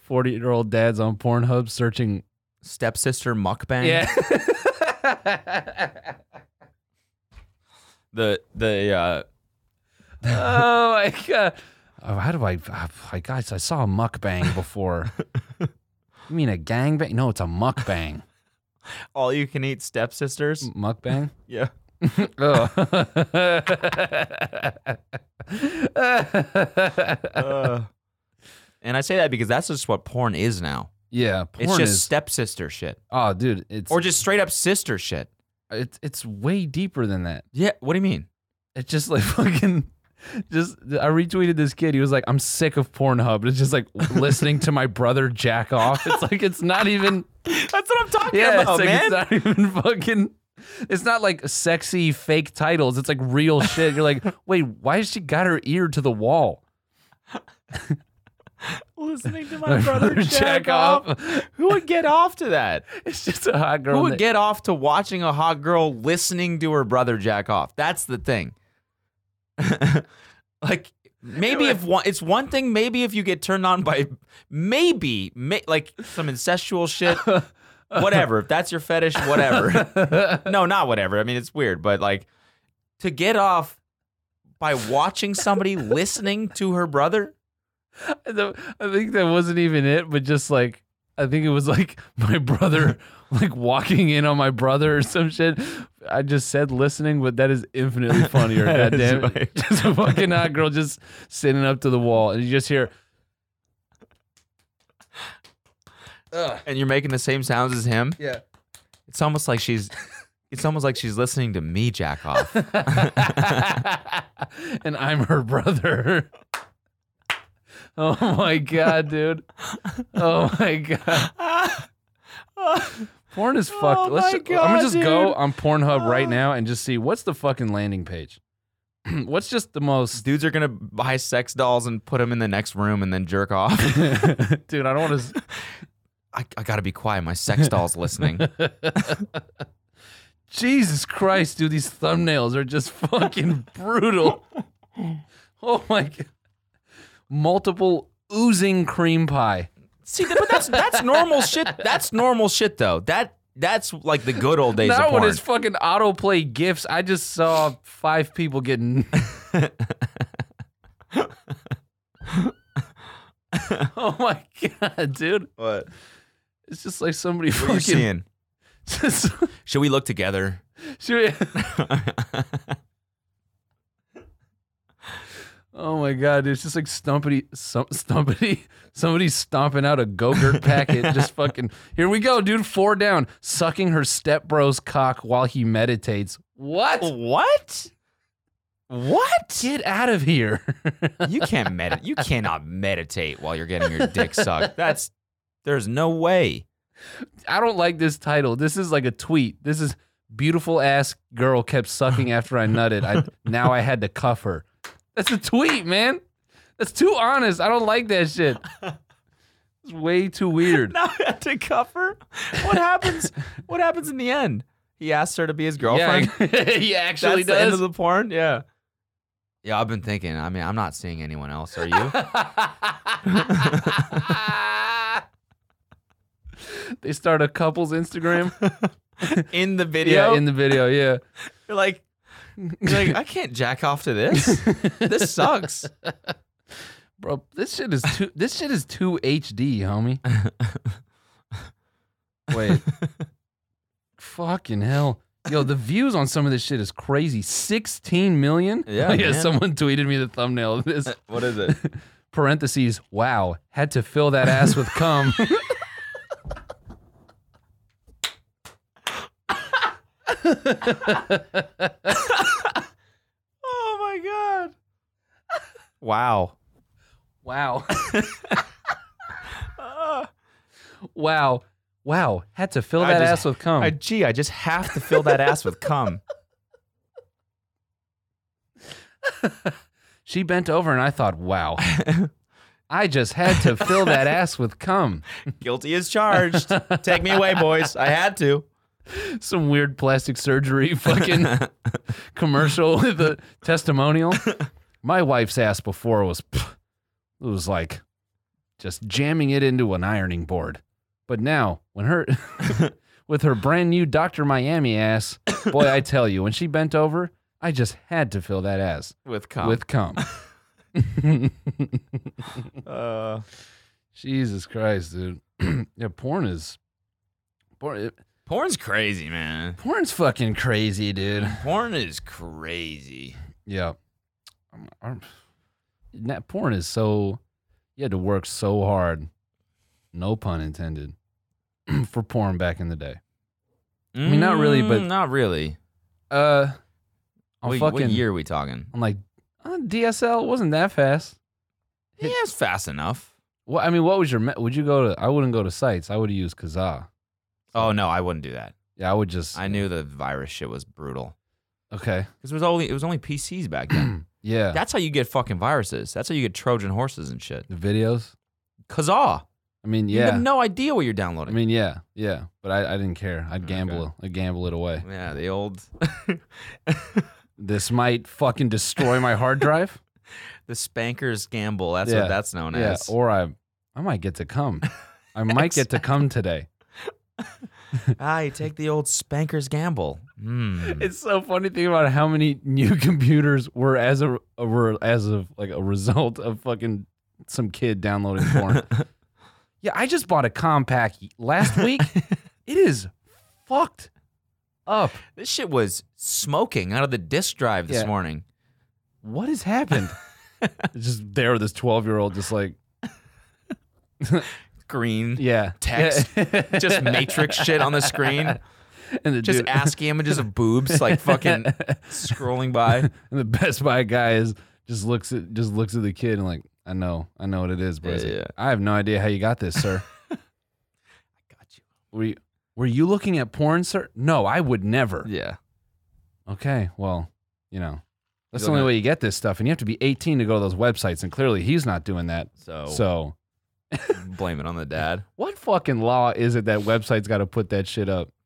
B: 40 year old dads on Pornhub searching.
A: Stepsister mukbang. The the uh
B: oh my god. Oh, how do I, I, I? Guys, I saw a mukbang before. you mean a gangbang? No, it's a mukbang.
A: all you can eat stepsisters.
B: mukbang? Oh.
A: Yeah.
B: Ugh.
A: Uh, and I say that because that's just what porn is now.
B: yeah, porn
A: it's just
B: is.
A: stepsister shit.
B: Oh, dude, it's
A: Or just straight up sister shit.
B: it's it's way deeper than that.
A: Yeah, what do you mean?
B: It's just like fucking. Just I retweeted this kid. He was like, "I'm sick of Pornhub." It's just like listening to my brother jack off. It's like it's not even.
A: That's what I'm talking
B: Yeah, it's
A: about,
B: like
A: man.
B: it's not even fucking. It's not like sexy fake titles. It's like real shit. You're like, wait, why has she got her ear to the wall?
A: Listening to
B: My brother jack off.
A: Who would get off to that?
B: It's just a hot girl.
A: Who would
B: that-
A: get off to watching a hot girl listening to her brother jack off? That's the thing. like maybe if one, it's one thing. Maybe if you get turned on by maybe may, like some incestual shit, whatever. If that's your fetish, whatever. no, not whatever. I mean, it's weird, but like to get off by watching somebody listening to her brother.
B: The- I think that wasn't even it, but just like I think it was like my brother like walking in on my brother or some shit. I just said listening, but that is infinitely funnier.
A: That
B: God damn
A: is
B: it. Just a fucking hot girl just sitting up to the wall and you just hear
A: and you're making the same sounds as him.
B: Yeah.
A: It's almost like she's it's almost like she's listening to me jack off.
B: and I'm her brother. Oh my god, dude. Oh my god. Porn is fucked.
A: Oh
B: Let's
A: my
B: ju- I'm gonna
A: God,
B: just go
A: dude.
B: on Pornhub right
A: Oh.
B: now and just see what's the fucking landing page. what's just the most
A: Dudes are gonna buy sex dolls and put them in the next room and then jerk off.
B: dude? I don't want to.
A: I, I gotta be quiet. My sex doll's listening.
B: Jesus Christ, dude! These thumbnails are just fucking brutal. Oh my god! Multiple oozing cream pie.
A: See, but that's that's normal shit. That's normal shit though. That that's like the good old days
B: that
A: of porn.
B: one is fucking autoplay gifts. I just saw five people getting. oh my god, dude!
A: what?
B: It's just like somebody
A: What are you
B: fucking.
A: seeing?
B: Just,
A: Should we look together?
B: should we- oh my god, dude! It's just like stumpity, some, stumpity. Somebody's stomping out a go-gurt packet. just fucking. Here we go, dude. Four down, sucking her stepbro's cock while he meditates. What?
A: what? What?
B: Get out of here.
A: You can't meditate. You cannot meditate while you're getting your dick sucked. That's there's no way.
B: I don't like this title. This is like a tweet. This is beautiful ass girl kept sucking after I nutted. I now I had to cuff her. That's a tweet, man. That's too honest. I don't like that shit. It's way too weird.
A: Now I have to cover. What happens? What happens in the end? He asks her to be his girlfriend.
B: Yeah, he actually
A: That's the end of
B: does.
A: the porn. Yeah. Yeah, I've been thinking. I mean, I'm not seeing anyone else. Are you?
B: they start a couple's Instagram.
A: in the video,
B: Yeah, in the video. Yeah.
A: you're like, you're like, I can't jack off to this. This sucks.
B: Bro, this shit is too. This shit is too HD, homie. Wait, fucking hell. Yo, the views on some of this shit is crazy. 16 million?
A: Yeah,
B: yeah
A: man.
B: someone tweeted me the thumbnail of this.
A: What is it?
B: Parentheses, wow, had to fill that ass with cum.
A: oh my god! Wow.
B: wow.
A: Ah.
B: Wow. Wow. Had to fill
A: I
B: that
A: just-
B: ass with cum.
A: I, gee, I just have to fill that ass with cum.
B: she bent over and I thought, wow. I just had to fill that ass with cum.
A: Guilty as charged. Take me away, boys. I had to.
B: Some weird plastic surgery fucking commercial with a testimonial. My wife's ass before was pff, it was like just jamming it into an ironing board. But now, when her with her brand new Dr. Miami ass, boy, I tell you, when she bent over, I just had to fill that ass
A: with cum.
B: with cum.
A: uh,
B: Jesus Christ, dude. yeah, porn is porn it,
A: porn's crazy, man.
B: porn's fucking crazy, dude.
A: Porn is crazy.
B: Yeah. I'm, I'm, that porn is so, you had to work so hard, no pun intended, for porn back in the day.
A: I
B: mean, not really, but-
A: Mm, not really.
B: Uh, I'm
A: What,
B: fucking,
A: what year are we talking?
B: I'm like, uh, DSL wasn't that fast.
A: Yeah, it's fast enough.
B: Well, I mean, what was your, me- would you go to, I wouldn't go to sites. I would use Kazaa.
A: Oh no, I wouldn't do that.
B: Yeah, I would just,
A: I knew the virus shit was brutal
B: okay.
A: because it was only it was only PCs back then.
B: Yeah.
A: That's how you get fucking viruses. That's how you get Trojan horses and shit.
B: the videos.
A: Kazaa.
B: I mean,
A: You
B: yeah.
A: have no idea what you're
B: I
A: downloading.
B: mean, yeah, yeah, but I, I didn't care. I'd
A: Okay.
B: gamble, it. I'd gamble it away.
A: yeah, the old
B: This might fucking destroy my hard drive.
A: the spankers gamble. That's
B: Yeah.
A: what that's known
B: yeah,
A: as.
B: or I, I might get to come. I might get to come today.
A: ah, you take the old spankers gamble. Hmm.
B: It's so funny thinking about how many new computers were as a were as of like a result of fucking some kid downloading porn. yeah, I just bought a compact last week. it is fucked up.
A: This shit was smoking out of the disk drive this
B: Yeah.
A: morning.
B: What has happened? It's just there, with this twelve year old, just like
A: Green
B: yeah,
A: Text.
B: Yeah.
A: just matrix shit on the screen.
B: and the
A: Just
B: dude-
A: ASCII images of boobs, like fucking scrolling by.
B: And the Best Buy guy is just looks at just looks at the kid and like, I know, I know what it is, but
A: Yeah,
B: it's like,
A: yeah.
B: I have no idea how you got this, sir.
A: Got you.
B: were you were you looking at porn, sir? No, I would never.
A: Yeah.
B: Okay, well, you know, that's
A: You're
B: the only
A: not-
B: way you get this stuff, and you have to be 18 to go to those websites, and clearly he's not doing that.
A: So,
B: So,
A: blame it on the dad.
B: what fucking law is it that websites got to put that shit up?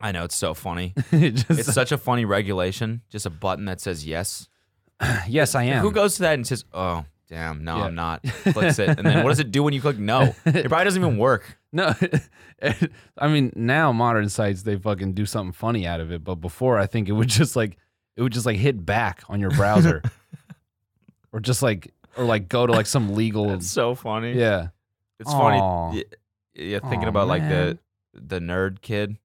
A: I know it's so funny.
B: It just,
A: It's uh, such a funny regulation. Just a button that says yes.
B: yes, I am.
A: Who goes to that and says, "Oh, damn, no,
B: Yeah.
A: I'm not." Clicks it, and then what oh, does it do when you click no? It probably doesn't even work.
B: No, I mean now modern sites they fucking do something funny out of it, but before I think it would just like it would just like hit back on your browser, or just like or like go to like some legal.
A: It's so funny.
B: Yeah,
A: It's
B: Aw.
A: funny. y- Yeah, thinking
B: Aw,
A: about like the
B: man.
A: the nerd kid.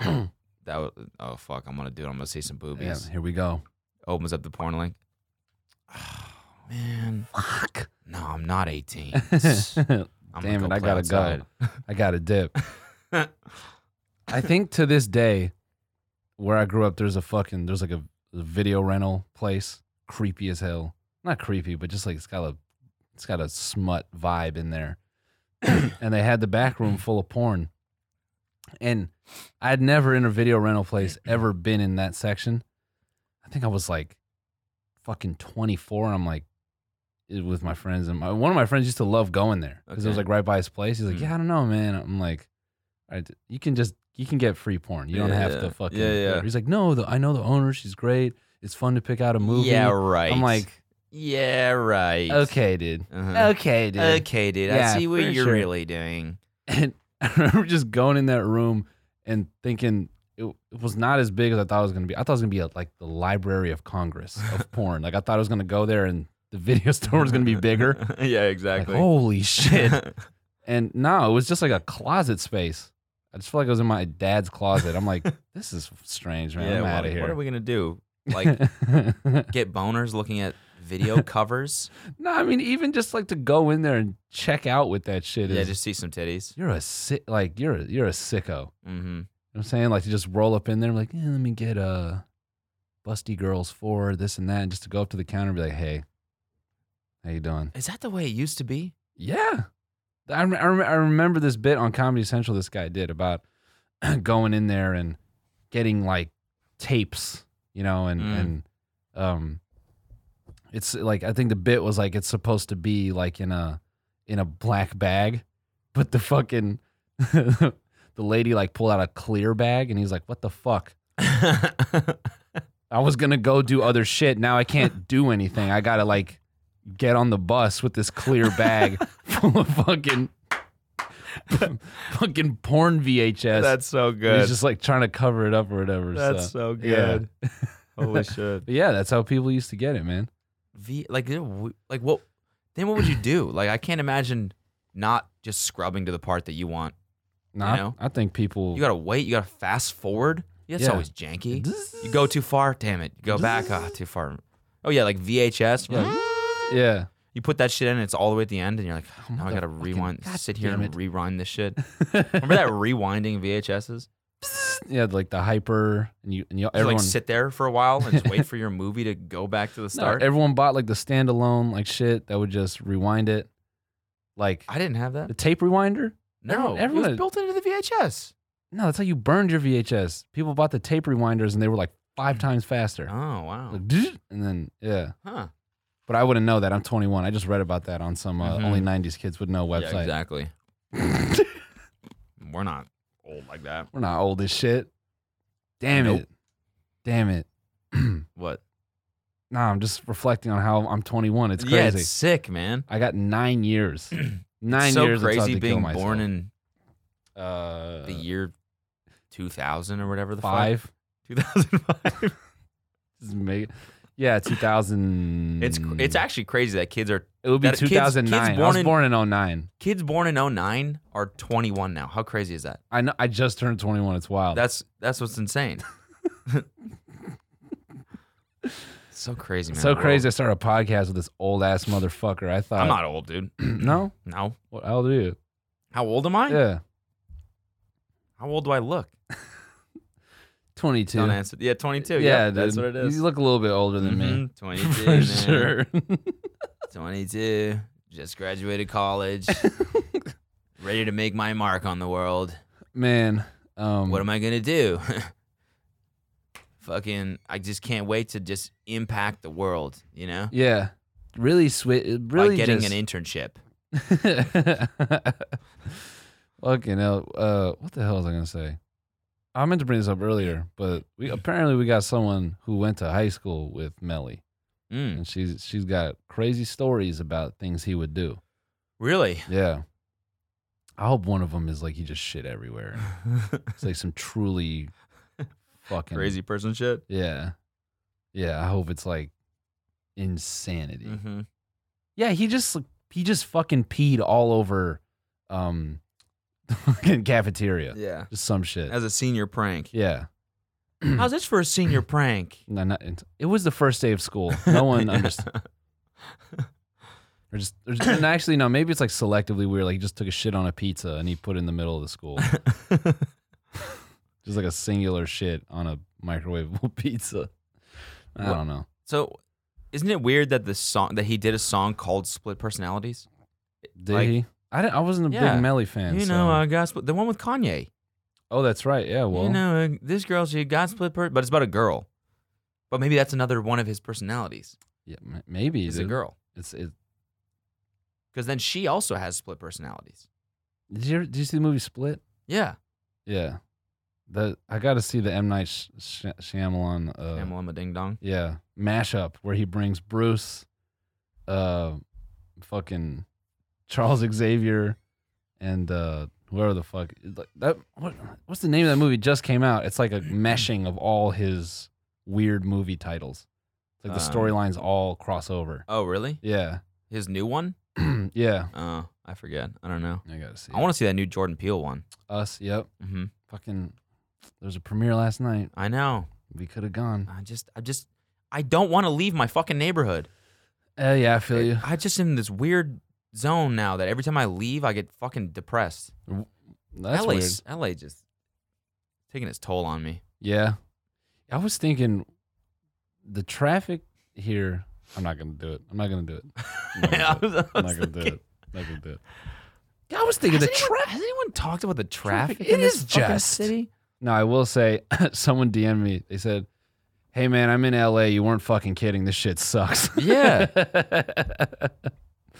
A: that was, oh fuck, I'm gonna do it. I'm gonna see some
B: yeah.
A: boobies.
B: Here we go.
A: Opens up the porn link. Oh, man,
B: Fuck.
A: no, I'm not 18.
B: Damn
A: I'm gonna
B: it!
A: go play
B: I gotta
A: outside.
B: go. I gotta dip. I think to this day, where I grew up, there's a fucking there's like a, a video rental place, creepy as hell. Not creepy, but just like it's got a it's got a smut vibe in there. and they had the back room full of porn. And I'd never in a video rental place ever been in that section. I think I was like fucking 24 and I'm like it- with my friends and my, one of my friends used to love going there because it was
A: Okay.
B: like right by his place. He's like,
A: Mm.
B: "Yeah, I don't know, man." I'm like, I d- you can just you can get free porn. You don't
A: Yeah,
B: have
A: yeah.
B: to fucking.
A: Yeah, yeah.
B: He's like, no, the, I know the owner. She's great. It's fun to pick out a movie.
A: Yeah, right.
B: I'm like,
A: yeah, right.
B: okay, dude.
A: Uh-huh.
B: Okay, dude.
A: Okay, dude.
B: Yeah,
A: I see what
B: for
A: you're
B: sure.
A: really doing.
B: And I remember just going in that room and thinking it, it was not as big as I thought it was gonna be. I thought it was gonna be at, like the Library of Congress of porn. Like I thought I was gonna go there and the video store was gonna be bigger.
A: yeah,
B: Like,
A: exactly.
B: holy shit! And no, it was just like a closet space. I just feel like I was in my dad's closet. I'm like, this is strange, man.
A: yeah,
B: I'm
A: well,
B: out of here.
A: What are we gonna do? Like get boners looking at video covers?
B: no, I mean, even just like to go in there and check out with that shit
A: yeah,
B: is
A: just see some titties.
B: you're a sick like you're a, you're a sicko.
A: Mm-hmm.
B: You know what I'm saying? Like to just roll up in there, like, yeah, let me get uh, busty girls for this and that, and just to go up to the counter and be like, hey, how you doing?
A: Is that the way it used to be?
B: Yeah. I, rem- I, rem- I remember this bit on Comedy Central this guy did about going in there and getting like tapes, you know, and,
A: Mm.
B: and, um, it's like, I think the bit was like, it's supposed to be like in a, in a black bag, but the fucking, the lady like pulled out a clear bag and he's like, what the fuck? I was gonna go do other shit. Now I can't do anything. I gotta like get on the bus with this clear bag full of fucking fucking porn VHS.
A: so
B: And He's just like trying to cover it up or whatever.
A: That's
B: so.
A: so
B: yeah.
A: good. Holy shit.
B: But yeah, that's how people used to get it, man.
A: V like you know, w- like what then what would you do? Like I can't imagine not just scrubbing to the part that you want.
B: No, I-
A: know?
B: I, think people
A: You gotta wait, you gotta fast forward. That's
B: Yeah.
A: always janky. You go too far, damn it. You go back, ah, too far. Oh yeah, like VHS.
B: Yeah. Yeah.
A: You put that shit in, it's all the way at the end, and you're like,
B: Oh,
A: now I gotta
B: motherfucking-
A: rewind
B: God
A: sit here
B: damn
A: and rewind this shit.
B: it.
A: Remember that rewinding VHSs?
B: yeah, like the hyper and you and you
A: You
B: everyone
A: like sit there for a while and just wait for your movie to go back to the
B: No,
A: start.
B: everyone bought like the standalone like shit that would just rewind it. Like
A: I didn't have
B: the
A: that.
B: tape rewinder?
A: No,
B: everyone-
A: it
B: everyone-
A: was built into the VHS.
B: No, that's how you burned your VHS. People bought the tape rewinders and they were like five times faster.
A: Oh wow,
B: Like, "Dzz," and then, yeah.
A: huh?
B: But I wouldn't know that. I'm 21. I just read about that on some uh,
A: Mhm.
B: only 90s kids would know
A: Yeah,
B: website.
A: exactly. We're not old like that.
B: We're not old as shit. Damn
A: Nope.
B: it. Damn it.
A: What?
B: nah, I'm just reflecting on how I'm 21. It's crazy.
A: Yeah, it's sick, man.
B: I got nine years. Nine
A: so
B: years. until I
A: crazy
B: had to kill
A: being
B: myself.
A: born in
B: uh,
A: the year 2000 or whatever the
B: five.
A: fuck. 2005.
B: This is mega- Yeah, 2000.
A: it's cr-
B: Mm.
A: it's actually crazy that kids are
B: It would be
A: that- kids- kids
B: 2009. I was
A: born in-
B: born in 09.
A: kids born in 09 are 21 now. How crazy is that?
B: I know. I just turned 21. It's wild.
A: That's that's what's insane. so crazy, man.
B: so
A: the world.
B: crazy. I started a podcast with this old ass motherfucker. I thought.
A: I'm not old, dude.
B: no.
A: No.
B: What I'll do.
A: How old am I?
B: Yeah.
A: How old do I look?
B: 22.
A: Don't answer. Yeah, 22.
B: Yeah,
A: Yeah, that's
B: dude.
A: what it is.
B: You look a little bit older than me.
A: Mhm, 22.
B: For
A: man.
B: sure.
A: 22. Just graduated college. ready to make my mark on the world.
B: Man. Um,
A: What am I going to do? Fucking, I just can't wait to just impact the world, you know?
B: Yeah. Really sweet. it
A: By
B: Really
A: getting
B: just,
A: an internship.
B: Fucking hell. Uh, what the hell was I gonna say? I meant to bring this up earlier, but we apparently we got someone who went to high school with Melly,
A: Mm,
B: and she's she's got crazy stories about things he would do.
A: really?
B: Yeah. I hope one of them is like he just shit everywhere. It's like some truly fucking
A: Crazy person shit.
B: Yeah. Yeah, I hope it's like insanity.
A: Mm-hmm.
B: Yeah, he just he just fucking peed all over um the fucking cafeteria.
A: Yeah.
B: Just some shit.
A: As a senior prank.
B: yeah.
A: How's this for a senior prank?
B: No, not, it was the first day of school. No one understood. Or just, or just- and actually, no. Maybe it's like selectively weird. Like he just took a shit on a pizza and he put it in the middle of the school. just like a singular shit on a microwavable pizza. I
A: What-
B: don't know.
A: so, isn't it weird that the song that he did a song called "Split Personalities"?
B: Did
A: Like-
B: he? I didn't, I wasn't a
A: Yeah.
B: big Melly fan.
A: you
B: so-
A: know, I got split. The one with Kanye.
B: oh, that's right. Yeah. Well.
A: you know, uh, this girl she got split, per- but it's about a girl. But maybe that's another one of his personalities.
B: yeah, m- maybe
A: Is a
B: dude.
A: girl
B: It's it.
A: because then she also has split personalities.
B: Did you ever, did you see the movie Split?
A: Yeah,
B: Yeah. The I got to see the M Night Sh- Sh- Shyamalan. Uh,
A: Pamela Emma Ding Dong.
B: Yeah, mashup where he brings Bruce, uh, fucking Charles Xavier, and uh, whoever the fuck like that. What what's the name of that movie? Just came out. It's like a meshing of all his weird movie titles. It's like the
A: Um,
B: storylines all cross over.
A: Oh, really?
B: Yeah,
A: His new one?
B: yeah.
A: Oh, I forget. I don't know.
B: I gotta see.
A: I want to see that new Jordan Peele one.
B: us. Yep.
A: hmm
B: Fucking. There was a premiere last night.
A: I know.
B: We could have gone.
A: I just, I just, I don't want to leave my fucking neighborhood.
B: Uh, yeah, I feel you.
A: I just am in this weird zone now that every time I leave, I get fucking depressed.
B: That's weird.
A: LA's, LA just taking its toll on me.
B: Yeah. I was thinking the traffic here. I'm not gonna do it. I'm not gonna do it. I'm not gonna do it.
A: I
B: I'm
A: was
B: not gonna do
A: thinking-
B: it. I'm not gonna do it. I was thinking the
A: Has anyone-
B: traffic.
A: Has anyone talked about the traffic?
B: Traffic,
A: in
B: it
A: this
B: is
A: fucking
B: just-
A: city.
B: No, I will say someone DM'd me. They said, "Hey man, I'm in LA. You weren't fucking kidding. This shit sucks."
A: Yeah,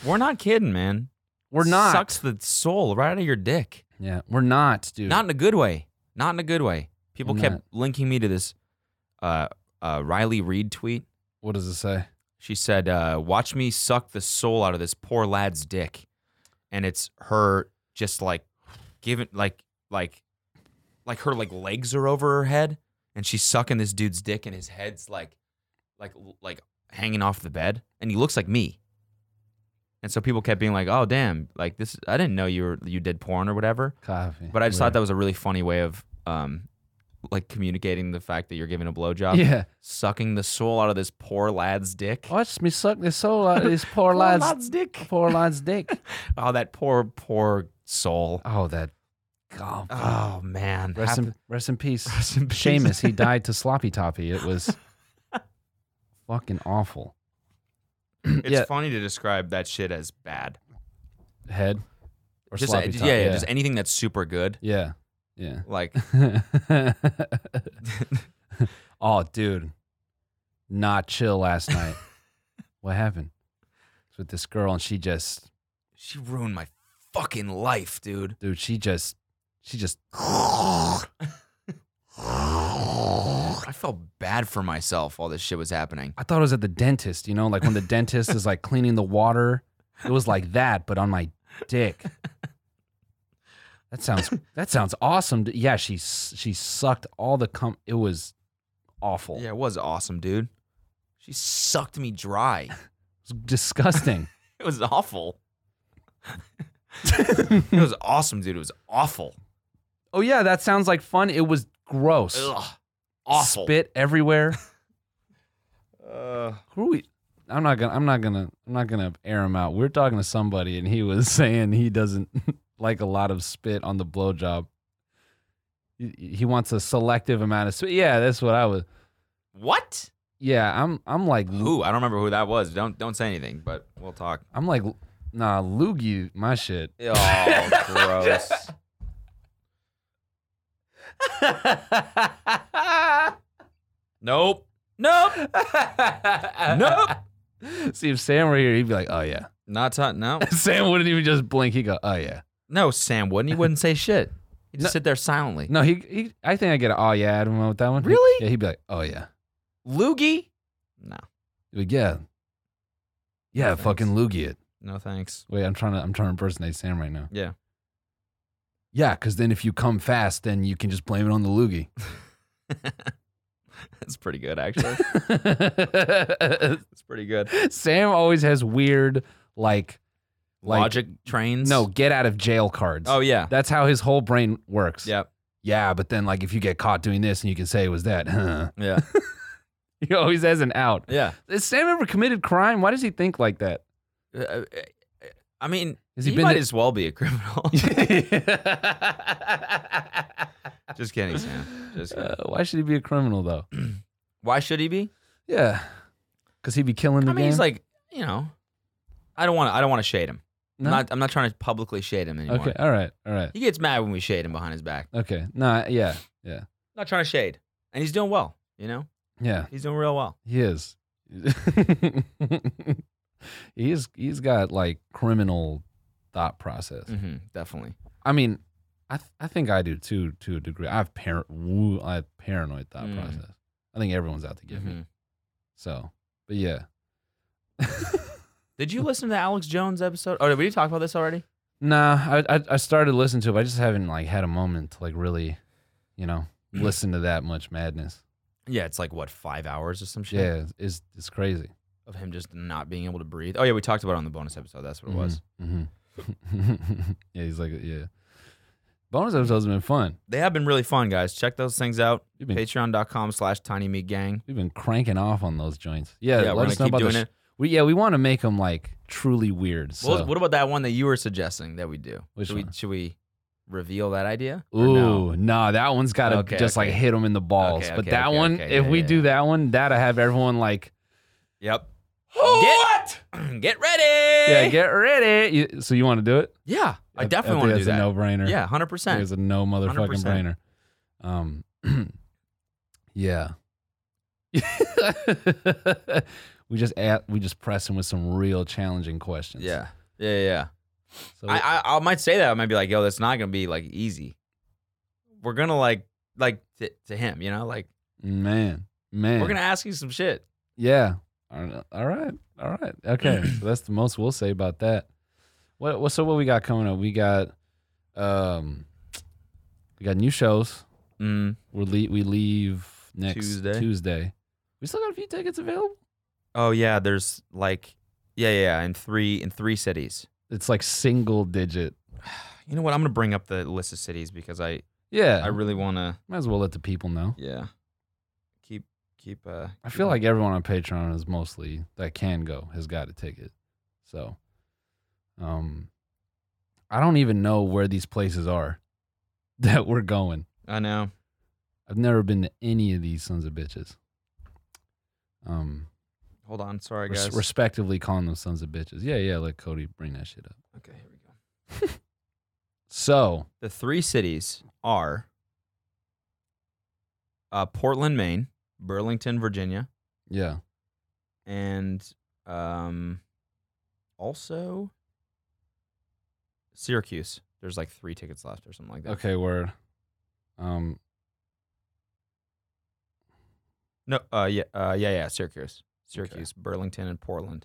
A: we're not kidding, man.
B: we're not.
A: Sucks the soul right out of your dick.
B: Yeah, we're not, dude.
A: Not in a good way. Not in a good way. People
B: I'm
A: kept
B: not.
A: linking me to this uh, uh, Riley Reed tweet.
B: what does it say?
A: She said, uh, "Watch me suck the soul out of this poor lad's dick," and it's her just like giving like like like her like legs are over her head, and she's sucking this dude's dick, and his head's like like like hanging off the bed, and he looks like me. And so people kept being like, "Oh damn, like this I didn't know you were you did porn or whatever."
B: Coffee.
A: But I just thought that was a really funny way of um like communicating the fact that you're giving a blowjob,
B: Yeah.
A: sucking the soul out of this poor lad's dick.
B: Watch me suck the soul out of this poor lad's
A: dick.
B: poor lad's dick.
A: Oh, that poor, poor soul.
B: Oh, that. God.
A: Oh man.
B: Rest
A: Half-
B: in, rest in peace.
A: rest in peace.
B: Seamus, he died to sloppy toppy. It was fucking awful.
A: It's
B: yeah.
A: funny to describe that shit as bad.
B: Head or
A: Just, uh,
B: sloppy
A: yeah,
B: toppy.
A: yeah, Just anything that's super good.
B: yeah. yeah.
A: Like
B: oh, dude, not chill last night. what happened? It's with this girl, and she just,
A: she ruined my fucking life, dude.
B: dude, she just, she just,
A: I felt bad for myself while this shit was happening.
B: I thought it was at the dentist, you know, like when the dentist is like cleaning the water. It was like that, but on my dick. That sounds that sounds awesome. Yeah, she s- she sucked all the cum. It was awful.
A: Yeah, it was awesome, dude. She sucked me dry.
B: It was disgusting.
A: It was awful. it was awesome, dude. It was awful.
B: oh yeah, that sounds like fun. It was gross.
A: Ugh. Awful.
B: Spit everywhere.
A: Uh,
B: Who are we? I'm not gonna. I'm not gonna. I'm not gonna air him out. We're talking to somebody, and he was saying he doesn't like a lot of spit on the blowjob. He, he wants a selective amount of spit. Yeah, that's what I was.
A: what?
B: Yeah, I'm. I'm like.
A: Who? I don't remember who that was. Don't don't say anything, but we'll talk.
B: I'm like. Nah, loogie my shit.
A: Oh, gross. Nope. Nope.
B: nope. See if Sam were here, he'd be like, "Oh yeah."
A: Not ta- no.
B: Sam wouldn't even just blink. He'd go, "Oh yeah."
A: No, Sam wouldn't. He wouldn't say shit. He'd just
B: No.
A: sit there silently.
B: No, he. he I think I get. An, oh yeah, I don't know with that one. He-
A: Really?
B: yeah, he'd be like, "Oh yeah."
A: Loogie? No.
B: Like, yeah. Yeah,
A: Thanks.
B: fucking loogie it.
A: No thanks.
B: Wait, I'm trying to I'm trying to impersonate Sam right now.
A: Yeah.
B: Yeah, because then if you come fast, then you can just blame it on the loogie.
A: That's pretty good actually. That's pretty good.
B: Sam always has weird like Like-
A: Logic trains?
B: no get out of jail cards.
A: Oh yeah.
B: that's how his whole brain works.
A: Yep.
B: yeah, but then like if you get caught doing this and you can say it was that, huh?
A: Yeah.
B: He always has an out.
A: Yeah.
B: Has Sam ever committed crime? Why does he think like that?
A: Uh, I mean,
B: Has
A: he,
B: he been
A: might
B: to-
A: as well be a criminal. Just kidding, Sam. Just kidding.
B: Uh, why should he be a criminal though?
A: Why should he be?
B: Yeah, because he'd be killing the
A: I mean, he's
B: game?
A: like, you know, I don't want to. I don't want to shade him.
B: No?
A: I'm not. I'm not trying to publicly shade him anymore.
B: okay, all right, all right,
A: He gets mad when we shade him behind his back.
B: okay. No, yeah,
A: not trying to shade, and he's doing well. You know,
B: yeah,
A: he's doing real well.
B: he is. he's he's got like criminal thought process.
A: hmm definitely.
B: I mean, I th- I think I do too to a degree. I've par- woo, I have paranoid thought
A: Mm.
B: process. I think everyone's out to get me.
A: Mhm.
B: So, but yeah,
A: Did you listen to the Alex Jones episode? Oh, did we talk about this already?
B: nah. I, I I started listening to it. But I just haven't like had a moment to like really, you know,
A: Mm.
B: listen to that much madness.
A: Yeah, it's like what five hours or some shit
B: Yeah, it's it's, it's crazy.
A: of him just not being able to breathe. Oh yeah, we talked about it on the bonus episode. That's what it was.
B: Mhm, mhm. yeah, he's like, yeah. Bonus episodes have been fun.
A: They have been really fun, guys. Check those things out.
B: We've been
A: Patreon.com slash tiny meat gang.
B: we've been cranking off on those joints.
A: Yeah,
B: Yeah,
A: we're
B: let
A: gonna
B: us know
A: keep
B: about
A: doing
B: the sh-
A: it.
B: We, yeah, we want to make them like truly weird. So.
A: Well, what about that one that you were suggesting that we do?
B: Which
A: should, we,
B: one?
A: should we reveal that idea? Or
B: Ooh,
A: no?
B: no, that one's got to
A: Okay,
B: just like
A: okay.
B: hit them in the balls.
A: Okay,
B: but
A: okay,
B: that
A: okay,
B: one,
A: okay,
B: if
A: yeah,
B: we
A: yeah.
B: do that one, that'll have everyone like,
A: Yep.
B: what?
A: Get ready.
B: Yeah, get ready. You, so you want to do it?
A: Yeah, I definitely
B: think
A: want to do
B: that's
A: that.
B: a no brainer.
A: yeah, hundred
B: It's
A: percent.
B: a no motherfucking
A: 100%.
B: brainer. Um, yeah. we just add, we just press him with some real challenging questions.
A: Yeah, yeah, yeah, yeah.
B: So
A: I, I I might say that I might be like, yo, that's not gonna be like easy. We're gonna like like to, to him, you know, like
B: man, man,
A: we're gonna ask you some shit.
B: yeah. All right, all right, all right. Okay, so that's the most we'll say about that. What what so what we got coming up? We got um, we got new shows.
A: Mm.
B: We leave we leave next
A: Tuesday.
B: Tuesday. We still got a few tickets available.
A: Oh yeah, there's like, yeah, yeah, in three in three cities.
B: It's like single digit.
A: You know what? I'm gonna bring up the list of cities because I
B: Yeah,
A: I really wanna
B: Might as well let the people know.
A: yeah keep keep. uh
B: I
A: keep
B: feel
A: on-
B: like everyone on Patreon is mostly that can go has got a ticket. So um I don't even know where these places are that we're going.
A: I know.
B: I've never been to any of these sons of bitches. Um
A: Hold on, sorry
B: res-
A: guys.
B: respectively calling them sons of bitches. Yeah, yeah, let Cody bring that shit up.
A: okay, here we go.
B: So
A: The three cities are uh, Portland, Maine, Burlington, Virginia,
B: yeah.
A: and um, also Syracuse. There's like three tickets left or something like that.
B: Okay, word. Um
A: No, uh, yeah, uh, yeah, yeah, Syracuse, Syracuse, Burlington, and Portland.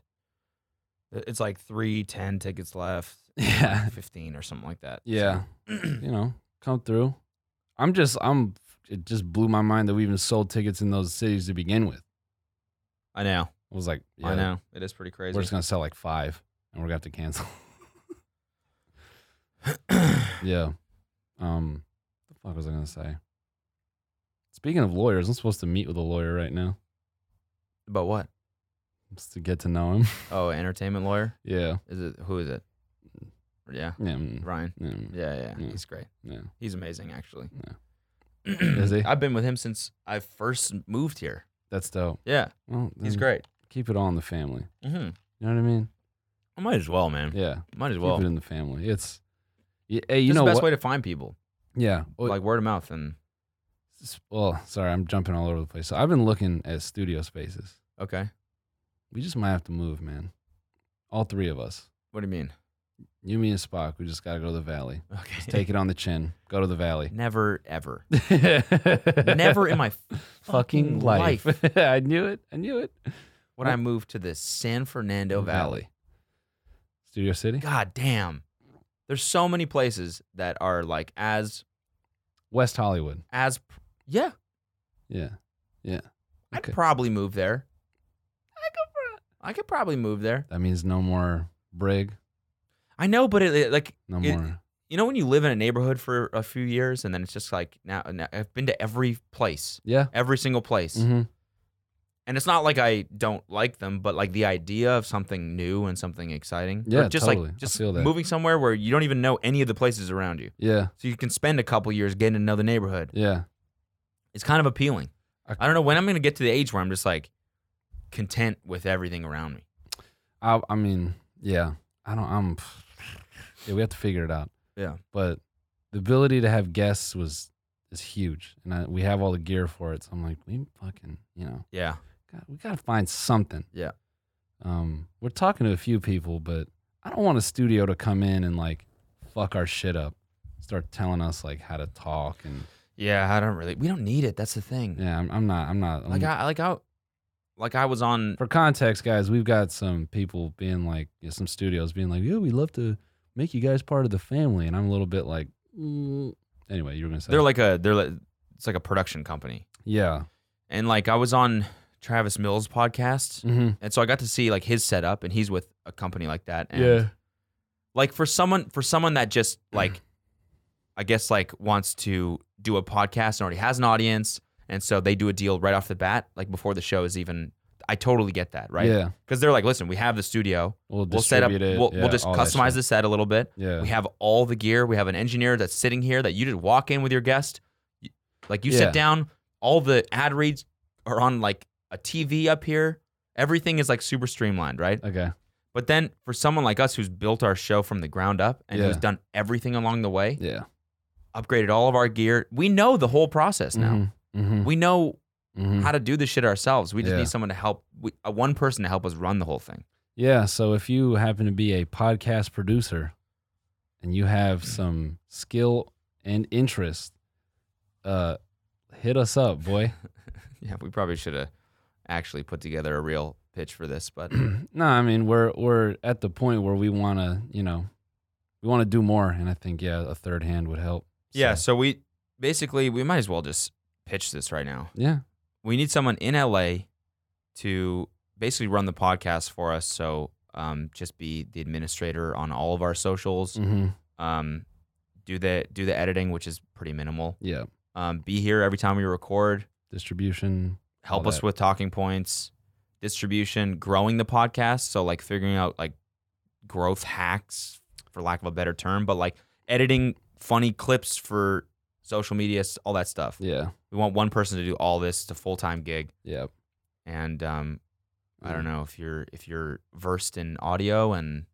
A: I- It's like three, ten tickets left,
B: yeah.
A: fifteen or something like that.
B: Yeah.
A: So-
B: you know, come through. I'm just, I'm, it just blew my mind that we even sold tickets in those cities to begin with.
A: I know,
B: I was like, yeah,
A: I know, it is pretty crazy.
B: We're just going to sell like five and we're going to have to cancel. yeah. Um, the fuck was I going to say? Speaking of lawyers, I'm supposed to meet with a lawyer right now
A: but what?
B: just to get to know him.
A: Oh, entertainment lawyer.
B: yeah.
A: Is it who is it? Yeah,
B: Yeah. mm,
A: Ryan.
B: mm,
A: Yeah, yeah,
B: Yeah.
A: he's great.
B: yeah.
A: He's amazing, actually.
B: Is he?
A: I've been with him since I first moved here.
B: That's dope.
A: Yeah,
B: Well,
A: he's
B: then
A: great.
B: Keep it all in the family.
A: Mm-hmm.
B: You know what I mean?
A: I might as well, man.
B: Yeah.
A: Might as
B: Keep
A: well.
B: it in the family. It's, yeah, hey, you
A: That's
B: know
A: the best
B: what?
A: way to find people,
B: yeah. Well,
A: like word of mouth, and
B: S- well, sorry, I'm jumping all over the place. So I've been looking at studio spaces.
A: okay.
B: We just might have to move, man. All three of us.
A: What do you mean?
B: You, me, and Spock. We just got to go to the valley.
A: Okay.
B: Just take it on the chin. Go to the valley.
A: Never ever. Never
B: Never
A: in my fucking life,
B: I knew it. I knew it.
A: would I move to the San Fernando Valley.
B: Studio City?
A: God damn. There's so many places that are like as
B: West Hollywood.
A: as pr- yeah.
B: Yeah. Yeah. Okay.
A: I'd probably move there. I could probably move there.
B: That means no more Brig.
A: I know, but it, it- like
B: No
A: It-
B: more.
A: you know when you live in a neighborhood for a few years and then it's just like now, now I've been to every place,
B: Yeah.
A: every single place.
B: Mm-hmm.
A: And it's not like I don't like them, but like the idea of something new and something exciting. Or
B: Yeah,
A: just
B: totally. I
A: like just
B: feel that.
A: moving somewhere where you don't even know any of the places around you.
B: Yeah.
A: So you can spend a couple years getting to know the neighborhood.
B: Yeah.
A: It's kind of appealing.
B: I-
A: I don't know when I'm going to get to the age where I'm just like content with everything around me.
B: I, I mean, yeah. I don't. I'm. Yeah, we have to figure it out.
A: Yeah.
B: But the ability to have guests was is huge, and I, we have all the gear for it. So I'm like, we fucking, you know,
A: Yeah.
B: got, we gotta find something.
A: Yeah.
B: Um, we're talking to a few people, but I don't want a studio to come in and like fuck our shit up, start telling us like how to talk and
A: Yeah, I don't really we don't need it. That's the thing.
B: yeah. I'm, I'm not. I'm not. I'm-
A: Like I like I like I was on
B: for context, guys, we've got some people being like, yeah, some studios being like, yeah, we love to make you guys part of the family. And I'm a little bit like, mm. anyway, you were going to say,
A: They're like a they're like it's like a production company.
B: yeah.
A: And like I was on Travis Mills podcast,
B: Mm-hmm.
A: and so I got to see like his setup, and he's with a company like that. And like for someone for someone that just like I guess like wants to do a podcast and already has an audience and so they do a deal right off the bat like before the show is even I totally get that, right?
B: Yeah.
A: Cuz they're like, "Listen, we have the studio.
B: We'll,
A: We'll set up
B: distribute it.
A: we'll,
B: yeah,
A: we'll just
B: all that
A: customize
B: shit.
A: the set a little bit.
B: Yeah.
A: We have all the gear. We have an engineer that's sitting here that you just walk in with your guest. You- Like you
B: Yeah.
A: sit down, all the ad reads are on like a TV up here. Everything is like super streamlined, right?
B: okay.
A: But then for someone like us who's built our show from the ground up and who's
B: Yeah.
A: done everything along the way,
B: Yeah.
A: upgraded all of our gear, we know the whole process now.
B: Mm-hmm.
A: We know
B: hmm
A: how to do this shit ourselves. We just
B: Yeah.
A: need someone to help, we, uh, one person to help us run the whole thing.
B: Yeah. So if you happen to be a podcast producer and you have some skill and interest, uh, hit us up, boy.
A: Yeah, we probably should have actually put together a real pitch for this, but
B: no, I mean we're we're at the point where we want to, you know, we want to do more, and I think yeah, a third hand would help. So,
A: yeah, so we basically we might as well just pitch this right now.
B: yeah,
A: we need someone in LA to basically run the podcast for us. So um, just be the administrator on all of our socials.
B: hmm
A: Um, do the do the editing, which is pretty minimal.
B: yeah.
A: Um, be here every time we record.
B: Distribution.
A: Help
B: All
A: us
B: that.
A: with talking points, distribution, growing the podcast. So like figuring out like growth hacks, for lack of a better term, but like editing funny clips for social media, s- all that stuff.
B: Yeah,
A: We want one person to do all this. It's a full time gig
B: yeah.
A: and um, I
B: Mm.
A: don't know if you're if you're versed in audio and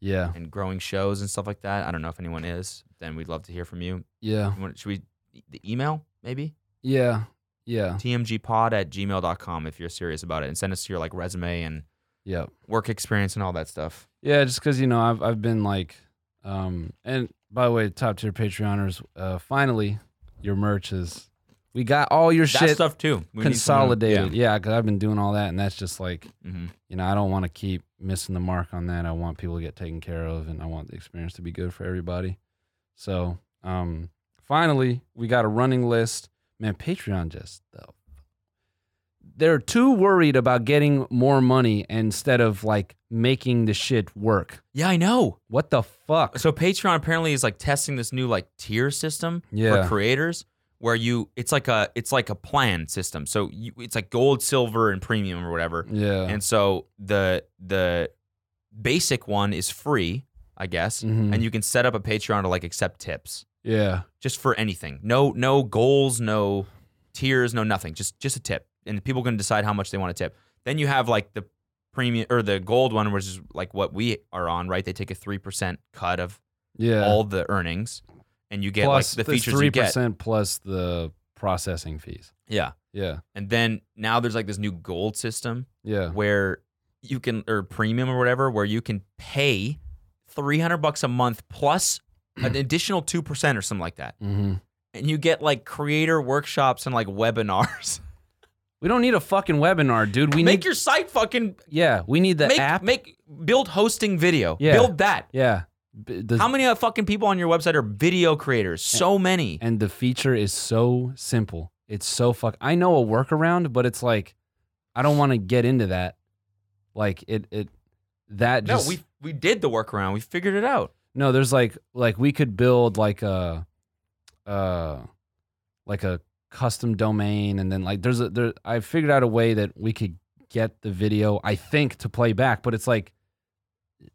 B: Yeah,
A: and growing shows and stuff like that. I don't know if anyone is. Then we'd love to hear from you.
B: yeah,
A: You want- Should we e, the email maybe
B: yeah, yeah,
A: tmgpod at gmail.com if you're serious about it and send us your like resume and
B: yeah.
A: work experience and all that stuff.
B: Yeah, just because you know I've I've been like, um, and by the way, top tier Patreoners, uh, finally, your merch is, we got all your
A: That
B: shit
A: stuff too. We need someone-
B: consolidated. Yeah, because I've been doing all that, and that's just like,
A: yeah. Mhm.
B: you know, I don't want to keep missing the mark on that. I want people to get taken care of, and I want the experience to be good for everybody. So, um, finally, we got a running list. Man, Patreon just though. They're too worried about getting more money instead of like making the shit work.
A: Yeah, I know.
B: What the fuck?
A: So Patreon apparently is like testing this new like tier system
B: Yeah.
A: for creators where you it's like a it's like a plan system. So you, it's like gold, silver, and premium or whatever.
B: Yeah.
A: And so the the basic one is free, I guess,
B: Mhm.
A: and you can set up a Patreon to like accept tips
B: yeah.
A: just for anything. No no goals, no tiers, no nothing. Just just a tip, and people can decide how much they want to tip. Then you have like the premium or the gold one, which is like what we are on, right? They take a three percent cut of
B: Yeah.
A: all the earnings, and you get like the features
B: three
A: you get.
B: percent plus the processing fees.
A: Yeah,
B: Yeah.
A: and then now there's like this new gold system
B: Yeah.
A: where you can or premium or whatever where you can pay 300 bucks a month plus an additional 2% or something like that
B: Mm-hmm.
A: and you get like creator workshops and like webinars
B: We don't need a fucking webinar, dude. We
A: make
B: need
A: your site fucking
B: yeah. We need the
A: make
B: app.
A: make build hosting video
B: Yeah.
A: build that
B: yeah. B- the-
A: how many of fucking people on your website are video creators so many
B: and the feature is so simple. It's so fuck. I know a workaround, but it's like I don't want to get into that. Like it. It that
A: no
B: just
A: we we did the workaround we figured it out
B: No, there's like like we could build like a uh like a custom domain and then like there's a there I figured out a way that we could get the video I think to play back, but it's like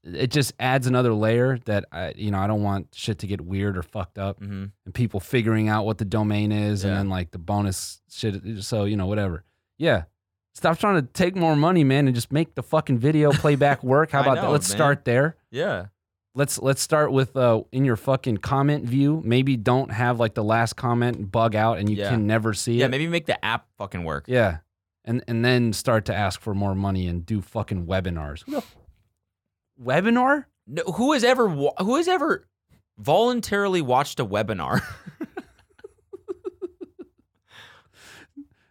B: it just adds another layer that I you know, I don't want shit to get weird or fucked up
A: mm-hmm.
B: and people figuring out what the domain is and
A: Yeah.
B: then like the bonus shit so you know whatever. Yeah. Stop trying to take more money, man, and just make the fucking video playback work. How
A: I
B: about that?
A: know,
B: Let's
A: man.
B: start there
A: yeah
B: let's let's start with uh in your fucking comment view maybe don't have like the last comment bug out and you
A: Yeah.
B: can never see
A: yeah
B: it
A: maybe make the app fucking work
B: yeah and and then start to ask for more money and do fucking webinars Who the f- webinar
A: no, who has ever wa- who has ever voluntarily watched a webinar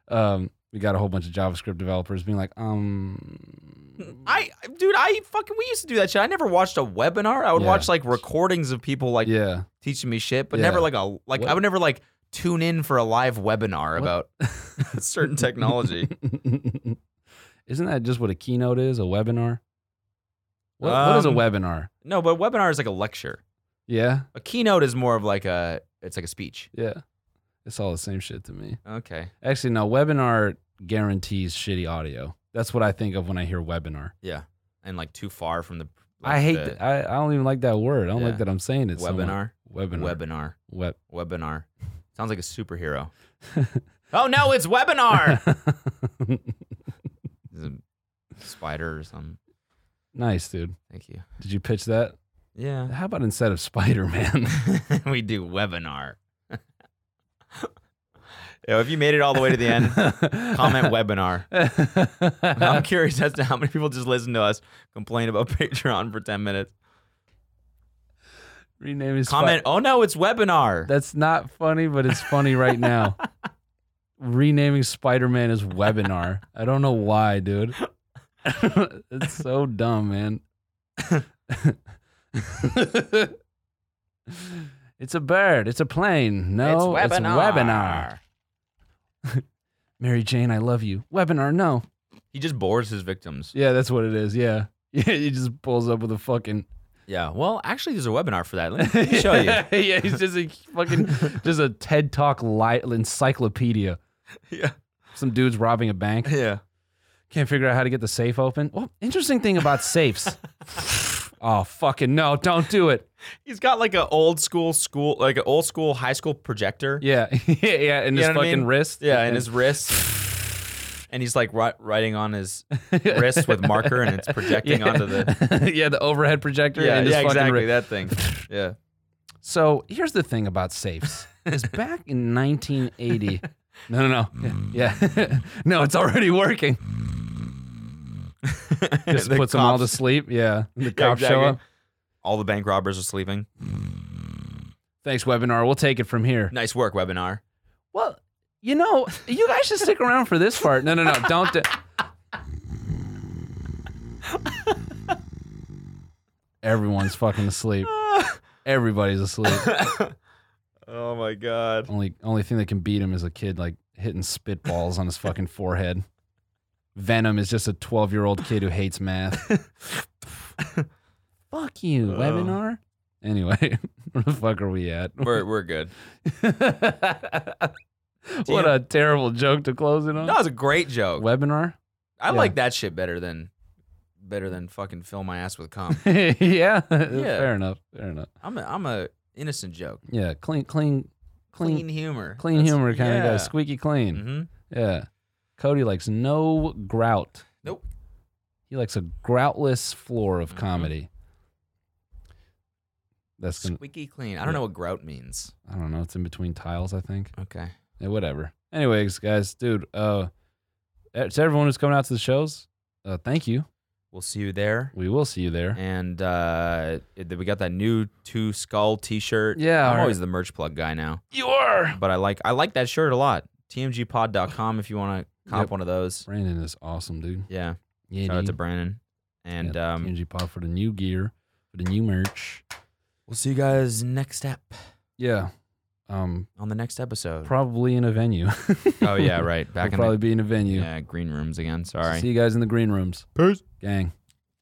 B: um we got a whole bunch of javascript developers being like um
A: I, dude, I fucking we used to do that shit. I never watched a webinar. I would
B: Yeah.
A: watch like recordings of people like
B: yeah
A: teaching me shit, but
B: Yeah.
A: never like a like
B: What-
A: I would never like tune in for a live webinar about certain technology.
B: isn't that just what a keynote is a webinar What, what is a
A: Um,
B: webinar?
A: No, but a webinar is like a lecture.
B: Yeah,
A: A keynote is more of like a it's like a speech.
B: yeah. It's all the same shit to me.
A: Okay.
B: Actually, no. Webinar guarantees shitty audio. That's what I think of when I hear webinar.
A: Yeah. And like too far from the like
B: I hate.
A: the
B: th- I I don't even like that word. I don't
A: Yeah.
B: like that I'm saying it. so much.
A: webinar.
B: Webinar.
A: Webinar.
B: Web.
A: Webinar. Sounds like a superhero. oh no, it's webinar. It's a spider or something.
B: nice, dude.
A: Thank you.
B: Did you pitch that?
A: Yeah.
B: How about instead of Spider Man?
A: we do webinar. Yo, if you made it all the way to the end, comment webinar. I'm curious as to how many people just listen to us complain about Patreon for 10 minutes.
B: Rename his
A: Comment, oh no, it's webinar.
B: That's not funny, but it's funny right now. Renaming Spider Man as webinar. I don't know why, dude. it's so dumb, man. it's a bird. It's a plane. No, it's webinar. Mary Jane, I love you. Webinar, no.
A: He just bores his victims.
B: Yeah, that's what it is. Yeah. Yeah, he just pulls up with a fucking.
A: Yeah. Well, actually, there's a webinar for that. Let me, let me show you.
B: yeah, he's just a fucking, just a TED Talk light encyclopedia.
A: yeah.
B: Some dude's robbing a bank.
A: Yeah.
B: Can't figure out how to get the safe open. Well, interesting thing about safes. oh, fucking no, don't do it.
A: He's got like an old school school, like an old school high school projector.
B: Yeah, yeah, yeah, in
A: You
B: his
A: know what I
B: fucking
A: mean?
B: wrist.
A: Yeah, in his wrist. And he's like ri- writing on his wrist with marker and it's projecting
B: yeah.
A: onto the.
B: yeah, the overhead projector.
A: Yeah,
B: and his
A: yeah
B: fucking
A: exactly.
B: wrist.
A: That thing. Yeah.
B: So here's the thing about safes. Is back in 1980. No, no, no. Yeah, yeah. no, it's already working. Just
A: The
B: puts them all to
A: cops-
B: sleep. Yeah, the cops
A: Yeah,
B: show
A: exactly.
B: up.
A: All the bank robbers are sleeping.
B: Thanks, webinar. We'll take it from here.
A: Nice work, webinar.
B: Well, you know, you guys should stick around for this part. No, no, no. Don't. Do- Everyone's fucking asleep. Everybody's asleep.
A: oh my god.
B: Only only thing that can beat him is a kid like hitting spitballs on his fucking forehead. Venom is just a 12 year old kid who hates math. Fuck you,
A: Oh.
B: webinar. Anyway, where the fuck are we at?
A: We're we're good.
B: what a terrible joke to close it on.
A: That was a great joke.
B: Webinar?
A: I
B: yeah.
A: like that shit better than better than fucking fill my ass with cum.
B: yeah, Fair enough. Fair enough.
A: I'm a I'm a innocent joke.
B: Yeah. Clean, clean,
A: Clean,
B: clean,
A: humor.
B: clean
A: That's-
B: humor kind of
A: yeah.
B: guy. Squeaky clean.
A: Mhm.
B: Yeah. Cody likes no grout.
A: Nope.
B: He likes a groutless floor of
A: Mhm.
B: comedy. That's gonna,
A: Squeaky clean. I don't
B: Yeah.
A: know what grout means.
B: I don't know. It's in between tiles, I think.
A: Okay.
B: Yeah, whatever. Anyways, guys, dude, uh, eh, to everyone who's coming out to the shows, uh, thank you.
A: We'll see you there.
B: We will see you there.
A: And uh, it- we got that new two skull T-shirt.
B: Yeah,
A: I'm
B: our-
A: always the merch plug guy now,
B: You are.
A: but I like I like that shirt a lot. TMGpod.com if you want to cop
B: Yep.
A: one of those.
B: Brandon is awesome, dude.
A: Yeah,
B: Yeah,
A: shout out to
B: dude.
A: Brandon. And
B: yeah,
A: um,
B: TNG Pod for the new gear, for the new merch.
A: we'll see you guys next ep
B: Yeah. Um,
A: on the next episode.
B: probably in a venue.
A: oh yeah, right. Back
B: We'll
A: in
B: probably
A: the
B: be in a venue.
A: yeah, green rooms again. Sorry.
B: See you guys in the green rooms.
A: Peace.
B: Gang.